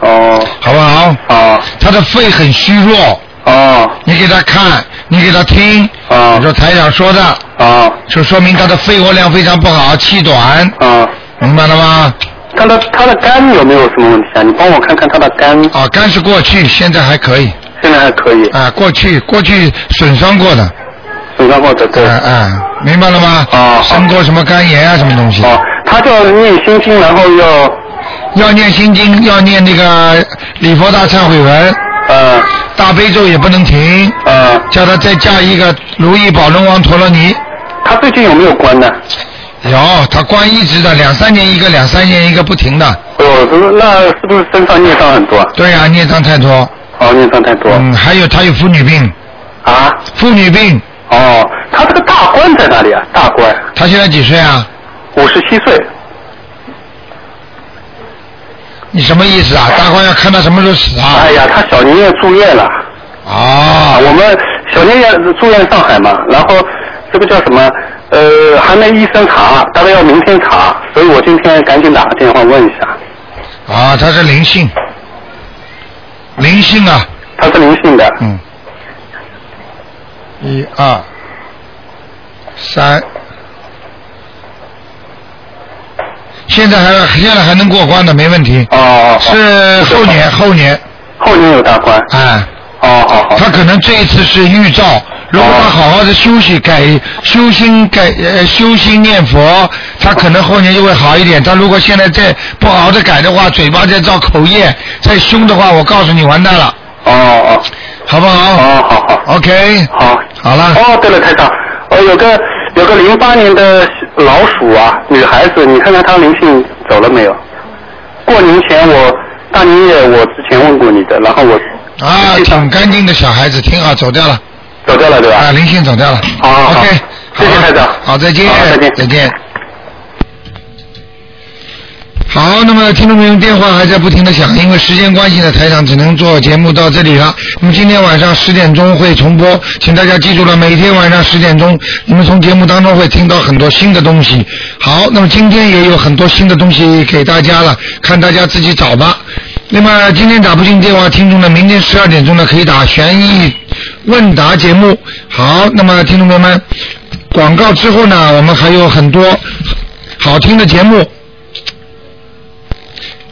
[SPEAKER 6] 哦，
[SPEAKER 1] 好不好？
[SPEAKER 6] 哦，
[SPEAKER 1] 他的肺很虚弱，
[SPEAKER 6] 哦，
[SPEAKER 1] 你给他看，你给他听，
[SPEAKER 6] 哦
[SPEAKER 1] 你说台长说的，
[SPEAKER 6] 哦，
[SPEAKER 1] 就说明他的肺活量非常不好，气短，
[SPEAKER 6] 哦，
[SPEAKER 1] 明白了吗？
[SPEAKER 6] 他的他的肝有没有什么问题啊？你帮我看看他的肝，
[SPEAKER 1] 啊，肝是过去，现在还可以，
[SPEAKER 6] 现在还可以，
[SPEAKER 1] 啊，过去过去损伤过的，
[SPEAKER 6] 损伤过的，对，
[SPEAKER 1] 啊啊，明白了吗？
[SPEAKER 6] 哦
[SPEAKER 1] 生过什么肝炎啊，什么东西？
[SPEAKER 6] 哦，他就念心经，然后要
[SPEAKER 1] 要念心经，要念那个礼佛大忏悔文，
[SPEAKER 6] 呃
[SPEAKER 1] 大悲咒也不能停，
[SPEAKER 6] 呃，
[SPEAKER 1] 叫他再加一个如意宝龙王陀罗尼。
[SPEAKER 6] 他最近有没有关呢？
[SPEAKER 1] 有，他关一直的，两三年一个，两三年一个，不停的。
[SPEAKER 6] 哎呦，这个那是不是身上孽障很多啊？
[SPEAKER 1] 对呀、孽障太多。
[SPEAKER 6] 哦，孽障太多、
[SPEAKER 1] 嗯，还有他有妇女病，
[SPEAKER 6] 啊？
[SPEAKER 1] 妇女病，
[SPEAKER 6] 哦，他这个大官在哪里啊？大官，
[SPEAKER 1] 他现在几岁啊？
[SPEAKER 6] 五十七岁。
[SPEAKER 1] 你什么意思啊？大官要看他什么时候死啊？
[SPEAKER 6] 哎呀，他小年夜住院了啊！
[SPEAKER 1] 啊，
[SPEAKER 6] 我们小年夜住院上海嘛，然后这个叫什么？呃，还没医生查，大概要明天查，所以我今天赶紧打个电话问一下，
[SPEAKER 1] 啊，他是灵性，灵性啊，
[SPEAKER 6] 他是灵性的，
[SPEAKER 1] 嗯，一二三，现在还现在还能过关的，没问题。
[SPEAKER 6] 哦哦，哦
[SPEAKER 1] 是后年后年，
[SPEAKER 6] 后年有大关，
[SPEAKER 1] 哎，
[SPEAKER 6] 哦好好，
[SPEAKER 1] 他可能这一次是预兆。如果他好好的休息，改修心改呃修心念佛，他可能后年就会好一点。他如果现在再不好好的改的话，嘴巴再造口业，再凶的话，我告诉你完蛋了，
[SPEAKER 6] 哦哦
[SPEAKER 1] 好不
[SPEAKER 6] 哦，
[SPEAKER 1] 好、
[SPEAKER 6] 好好
[SPEAKER 1] o k
[SPEAKER 6] 好，
[SPEAKER 1] 好了。
[SPEAKER 6] 哦，对了，台长，呃，有个有个零八年的老鼠啊，女孩子，你看看她灵性走了没有？过年前我大年夜我之前问过你的，然后我
[SPEAKER 1] 啊，挺干净的小孩子，挺好，走掉了，
[SPEAKER 6] 走掉了，对吧？
[SPEAKER 1] 啊，灵性走掉了。
[SPEAKER 6] 好好好
[SPEAKER 1] OK，
[SPEAKER 6] 谢谢
[SPEAKER 1] 好
[SPEAKER 6] 台长
[SPEAKER 1] 好，再见
[SPEAKER 6] 好，再见
[SPEAKER 1] 再见。好，那么听众朋友电话还在不停的响，因为时间关系呢，台长只能做节目到这里了。那么今天晚上十点钟会重播，请大家记住了，每天晚上十点钟，你们从节目当中会听到很多新的东西。好，那么今天也有很多新的东西给大家了，看大家自己找吧。那么今天打不进电话听众呢，明天十二点钟呢可以打悬疑问答节目。好，那么听众朋友们，广告之后呢，我们还有很多好听的节目